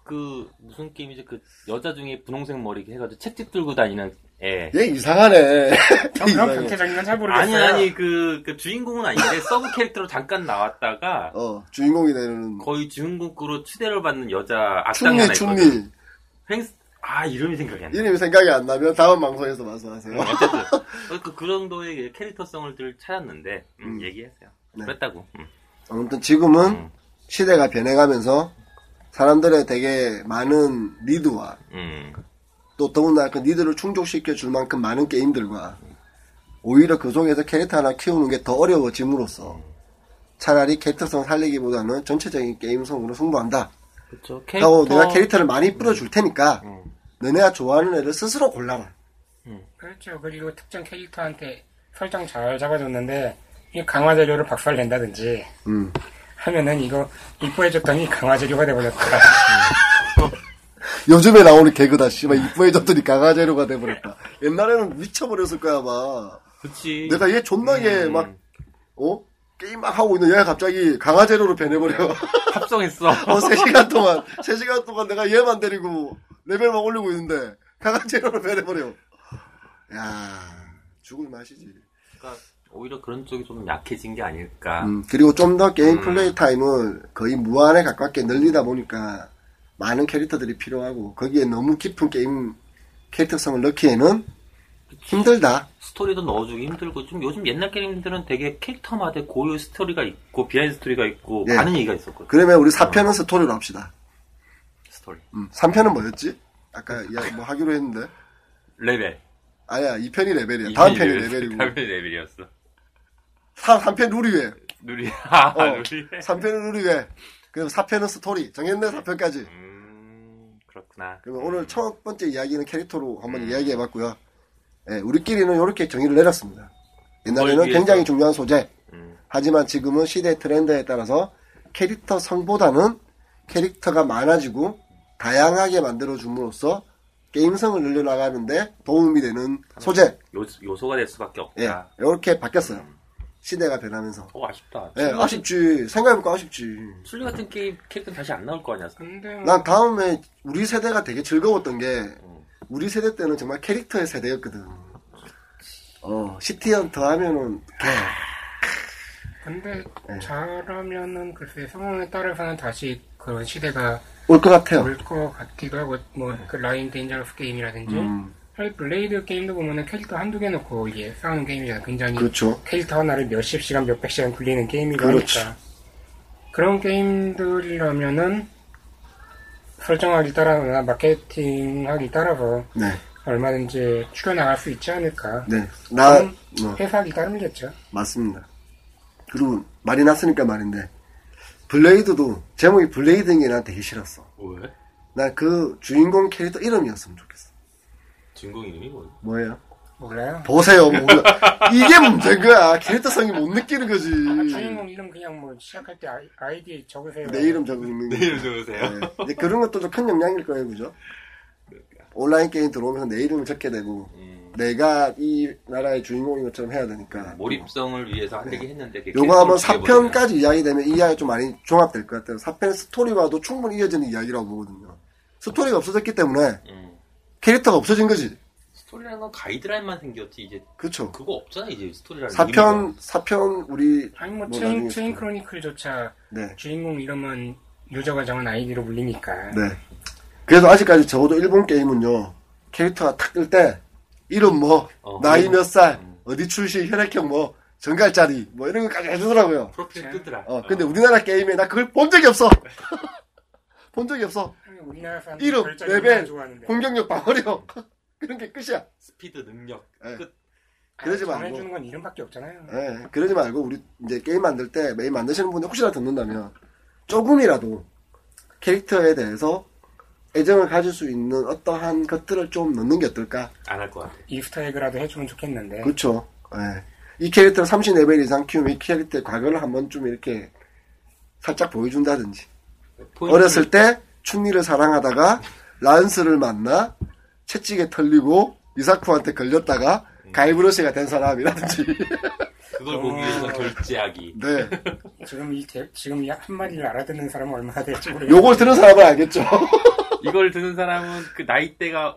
Speaker 3: 그 무슨 게임이죠? 그 여자 중에 분홍색 머리 해가지고 책집 들고 다니는 애.
Speaker 2: 얘 이상하네.
Speaker 4: 전
Speaker 2: 얘
Speaker 4: 그런
Speaker 2: 이상해.
Speaker 4: 경제적인 건 잘
Speaker 3: 아니
Speaker 4: 모르겠어요.
Speaker 3: 아니 그, 그 주인공은 아닌데 서브 캐릭터로 잠깐 나왔다가
Speaker 2: 어 주인공이 되는
Speaker 3: 거의 주인공으로 추대를 받는 여자 악당이 하나
Speaker 2: 춘미
Speaker 3: 있거든.
Speaker 2: 춘미
Speaker 3: 횡스 아 이름이 생각이 안 나.
Speaker 2: 이름이 생각이 안 나면 다음 방송에서 말씀하세요.
Speaker 3: 어쨌든 그, 그 정도의 캐릭터성을 들 찾았는데 음,
Speaker 2: 음.
Speaker 3: 얘기했어요.
Speaker 2: 네.
Speaker 3: 그랬다고. 음.
Speaker 2: 아무튼 지금은
Speaker 3: 음.
Speaker 2: 시대가 변해가면서 사람들의 되게 많은 니드와
Speaker 3: 음.
Speaker 2: 또 더군다나 그 니들을 충족시켜 줄 만큼 많은 게임들과 오히려 그 속에서 캐릭터 하나 키우는 게 더 어려워짐으로써 차라리 캐릭터성 살리기보다는 전체적인 게임성으로 승부한다.
Speaker 3: 그렇죠.
Speaker 2: 하고
Speaker 3: 캐릭터
Speaker 2: 내가 캐릭터를 많이 뿌려줄 테니까
Speaker 3: 음.
Speaker 2: 너네가 좋아하는 애를 스스로 골라라.
Speaker 4: 그렇죠. 그리고 특정 캐릭터한테 설정 잘 잡아줬는데 이 강화 재료를 박살낸다든지
Speaker 2: 음.
Speaker 4: 하면은 이거 이뻐해줬더니 강화 재료가 돼버렸다.
Speaker 2: 요즘에 나오는 개그다. 씨발 이뻐해줬더니 강화재료가 돼버렸다. 옛날에는 미쳐버렸을 거야 아마.
Speaker 3: 그치.
Speaker 2: 내가 얘 존나게
Speaker 3: 음.
Speaker 2: 막 어? 게임 막 하고 있는 얘가 갑자기 강화재료로 변해버려.
Speaker 3: 합성했어.
Speaker 2: 어, 3시간 동안, 3시간 동안 내가 얘만 데리고 레벨만 올리고 있는데, 강아지로 변해버려. 야 죽을 맛이지.
Speaker 3: 그러니까 오히려 그런 쪽이 좀 약해진 게 아닐까.
Speaker 2: 음, 그리고 좀 더 게임 플레이 타임을 거의 무한에 가깝게 늘리다 보니까 많은 캐릭터들이 필요하고, 거기에 너무 깊은 게임 캐릭터성을 넣기에는 힘들다.
Speaker 3: 스토리도 넣어주기 힘들고 좀 요즘 옛날 게임들은 되게 캐릭터마다 고유 스토리가 있고 비하인드 스토리가 있고
Speaker 2: 예.
Speaker 3: 많은 얘기가 있었거든.
Speaker 2: 그러면 우리 4편은 스토리로 합시다.
Speaker 3: 스토리.
Speaker 2: 음, 3편은 뭐였지? 아까 야, 뭐 하기로 했는데.
Speaker 3: 레벨.
Speaker 2: 아야, 2편이 레벨이야. 네, 다음
Speaker 3: 이미
Speaker 2: 편이
Speaker 3: 레벨.
Speaker 2: 레벨이고.
Speaker 3: 다음 편이 레벨이었어.
Speaker 2: 3편 룰이 왜?
Speaker 3: 누리. 아,
Speaker 2: 어,
Speaker 3: 누리.
Speaker 2: 3편은 우리 왜? 그럼 4편은 스토리. 정했네, 4편까지.
Speaker 3: 음, 그렇구나.
Speaker 2: 그러면 오늘 첫 번째 이야기는 캐릭터로 한번
Speaker 3: 음.
Speaker 2: 이야기해봤고요. 예, 우리끼리는 이렇게 정의를 내렸습니다. 옛날에는
Speaker 3: 위해서.
Speaker 2: 굉장히 중요한 소재.
Speaker 3: 음.
Speaker 2: 하지만 지금은 시대 트렌드에 따라서 캐릭터 성보다는 캐릭터가 많아지고 다양하게 만들어줌으로써 게임성을 늘려나가는데 도움이 되는 소재.
Speaker 3: 요, 요소가 될 수밖에 없다.
Speaker 2: 예, 이렇게 바뀌었어요.
Speaker 3: 음.
Speaker 2: 시대가 변하면서.
Speaker 3: 어, 아쉽다.
Speaker 2: 예, 아쉽지. 생각해볼까 아쉽지.
Speaker 3: 술리 같은 게임 캐릭터는 다시 안 나올 거 아니야.
Speaker 4: 근데 뭐
Speaker 2: 난 다음에 우리 세대가 되게 즐거웠던 게 우리 세대 때는 정말 캐릭터의 세대였거든. 어 시티헌터 하면은
Speaker 4: 근데 잘하면은 글쎄 상황에 따라서는 다시 그런 시대가
Speaker 2: 올 것 같아요.
Speaker 4: 올 것 같기도 하고 뭐
Speaker 2: 네.
Speaker 4: 그 라인 데인저러스 게임이라든지
Speaker 2: 음.
Speaker 4: 사실 블레이드 게임도 보면은 캐릭터 한두 개 놓고 이게 싸우는 게임이라 굉장히
Speaker 2: 그렇죠.
Speaker 4: 캐릭터 하나를 몇십 시간 몇백 시간 굴리는 게임이니까
Speaker 2: 그렇죠.
Speaker 4: 그런 게임들이라면은 설정하기 따라나 마케팅하기 따라서
Speaker 2: 네,
Speaker 4: 얼마든지 추려나갈 수 있지 않을까
Speaker 2: 네. 나
Speaker 4: 그건
Speaker 2: 어,
Speaker 4: 회사하기 그렇죠. 따름이겠죠
Speaker 2: 맞습니다. 그리고 말이 났으니까 말인데 블레이드도 제목이 블레이드인 게 난 되게 싫었어.
Speaker 3: 왜?
Speaker 2: 난 그 주인공 캐릭터 이름이었으면 좋겠어.
Speaker 3: 주인공 이름이 뭐야?
Speaker 2: 뭐예요?
Speaker 4: 몰라요
Speaker 2: 보세요. 뭐, 이게 문제인 거야. 캐릭터성이 못 느끼는 거지.
Speaker 4: 아, 주인공 이름 그냥 뭐 시작할 때 아이- 아이디 적으세요
Speaker 2: 내 이름 적는 거.
Speaker 3: 이름 적으세요.
Speaker 2: 네. 이제 그런 것도 좀 큰 영향일 거예요, 그죠?
Speaker 3: 그러니까.
Speaker 2: 온라인 게임 들어오면서 내 이름을 적게 되고,
Speaker 3: 음.
Speaker 2: 내가 이 나라의 주인공인 것처럼 해야 되니까.
Speaker 3: 아, 몰입성을 위해서 한되게 했는데 그게
Speaker 2: 요거 한번
Speaker 3: 캐릭터로 죽여버리네.
Speaker 2: 4편까지 이야기되면 이 이야기 좀 많이 종합될 것 같아요. 4편 스토리와도 충분히 이어지는 이야기라고 보거든요. 스토리가 없어졌기 때문에
Speaker 3: 음.
Speaker 2: 캐릭터가 없어진 거지.
Speaker 3: 스토리라는 건 가이드라인만 생겼지 이제
Speaker 2: 그쵸.
Speaker 3: 그거 없잖아 그러니까 이제 뭐. 스토리라는
Speaker 2: 4편, 4편 우리.
Speaker 4: 아니 뭐
Speaker 2: 뭐
Speaker 4: 체인,
Speaker 2: 나중에
Speaker 4: 체인
Speaker 2: 또-
Speaker 4: 크로니클조차
Speaker 2: 네.
Speaker 4: 주인공 이름은 유저가 정한 아이디로 불리니까
Speaker 2: 네. 그래서 아직까지 적어도 일본 게임은요 캐릭터가 탁뜰때 이름 뭐
Speaker 3: 어,
Speaker 2: 나이
Speaker 3: 그리고-
Speaker 2: 몇 살 어디 출신 혈액형 뭐 정갈자리 뭐 이런 것까지 해주더라고요.
Speaker 3: 프로필 뜨더라.
Speaker 2: 어 근데 우리나라 게임에 나 그걸 본 적이 없어. 본 적이 없어.
Speaker 4: 우리나라 사람들
Speaker 2: 이름,
Speaker 4: 별자리 얼마나
Speaker 2: 레벨,
Speaker 4: 좋아하는데. 아,
Speaker 2: 공격력, 방어력 그런 게 끝이야.
Speaker 3: 스피드 능력.
Speaker 2: 예.
Speaker 3: 끝.
Speaker 2: 그러지 뭐. 말고.
Speaker 4: 전해주는 아, 건 이름밖에 없잖아요.
Speaker 2: 예, 그러지 말고 우리 이제 게임 만들 때 메인 만드시는 분이 혹시라도 듣는다면 조금이라도 캐릭터에 대해서 애정을 가질 수 있는 어떠한 것들을 좀 넣는 게 어떨까?
Speaker 3: 안 할 것 같아.
Speaker 4: 이스터에그라도 해주면 좋겠는데.
Speaker 2: 그렇죠. 예. 이 캐릭터를 30레벨 이상 키우면 이 캐릭터의 과거를 한번 좀 이렇게 살짝 보여준다든지
Speaker 3: 포인트-
Speaker 2: 어렸을 때 춘리를 사랑하다가 란스를 만나 채찍에 털리고 이사쿠한테 걸렸다가 가이브러시가 된 사람이라든지
Speaker 3: 그걸 보기
Speaker 2: 어.
Speaker 3: 위해서 결제하기.
Speaker 2: 네
Speaker 4: 지금 이 대- 지금 이 한마디를 알아듣는 사람은 얼마나 될지 모르겠어요.
Speaker 2: 요걸 들은 사람은 알겠죠
Speaker 3: 이걸 듣는 사람은 그 나이대가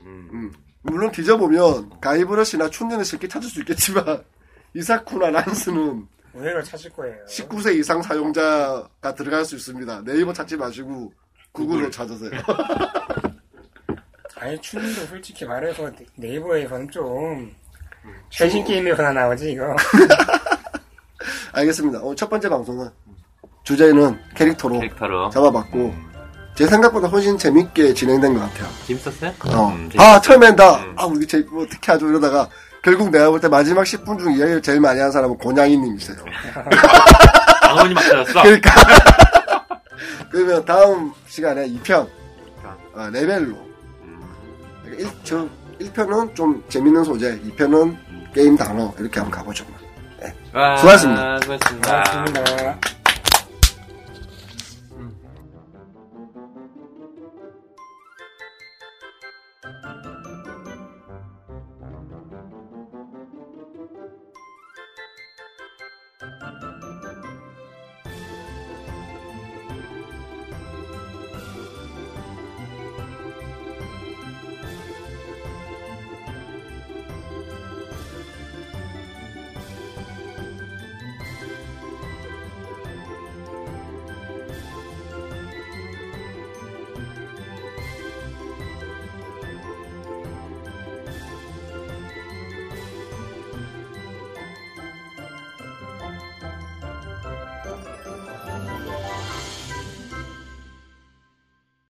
Speaker 3: 음.
Speaker 2: 물론 뒤져보면 가이브러시나 춘리는 쉽게 찾을 수 있겠지만 이사쿠나 란스는
Speaker 4: 의외로 찾을 거예요.
Speaker 2: 19세 이상 사용자가 들어갈 수 있습니다 네이버 찾지 마시고 구글로 찾으세요
Speaker 4: 아예 춤도 솔직히 말해서 네이버에서는 좀
Speaker 2: 음.
Speaker 4: 최신 게임에서나 나오지
Speaker 2: 아.
Speaker 4: 이거.
Speaker 2: 알겠습니다 오늘 첫 번째 방송은 주제는 캐릭터로
Speaker 3: 캐릭터로.
Speaker 2: 잡아봤고 제 생각보다 훨씬 재밌게 진행된 것 같아요
Speaker 3: 재밌었어요?
Speaker 2: 어.
Speaker 3: 음,
Speaker 2: 아, 처음엔 나, 아, 우리 제일 뭐 특히 아주 이러다가, 결국 내가 볼 때 마지막 10분 중 이야기를 제일 많이 한 사람은 고냥이님이세요.
Speaker 3: 아버님 맞았어.
Speaker 2: 그러니까. 그러면 다음 시간에 2편, 그러니까. 어, 레벨로.
Speaker 3: 음.
Speaker 2: 그러니까 일, 저, 1편은 좀 재밌는 소재, 2편은 게임 단어, 이렇게 한번 가보죠.
Speaker 3: 와,
Speaker 2: 수고하셨습니다. 아.
Speaker 3: 수고하셨습니다.
Speaker 4: 아, 고맙습니다.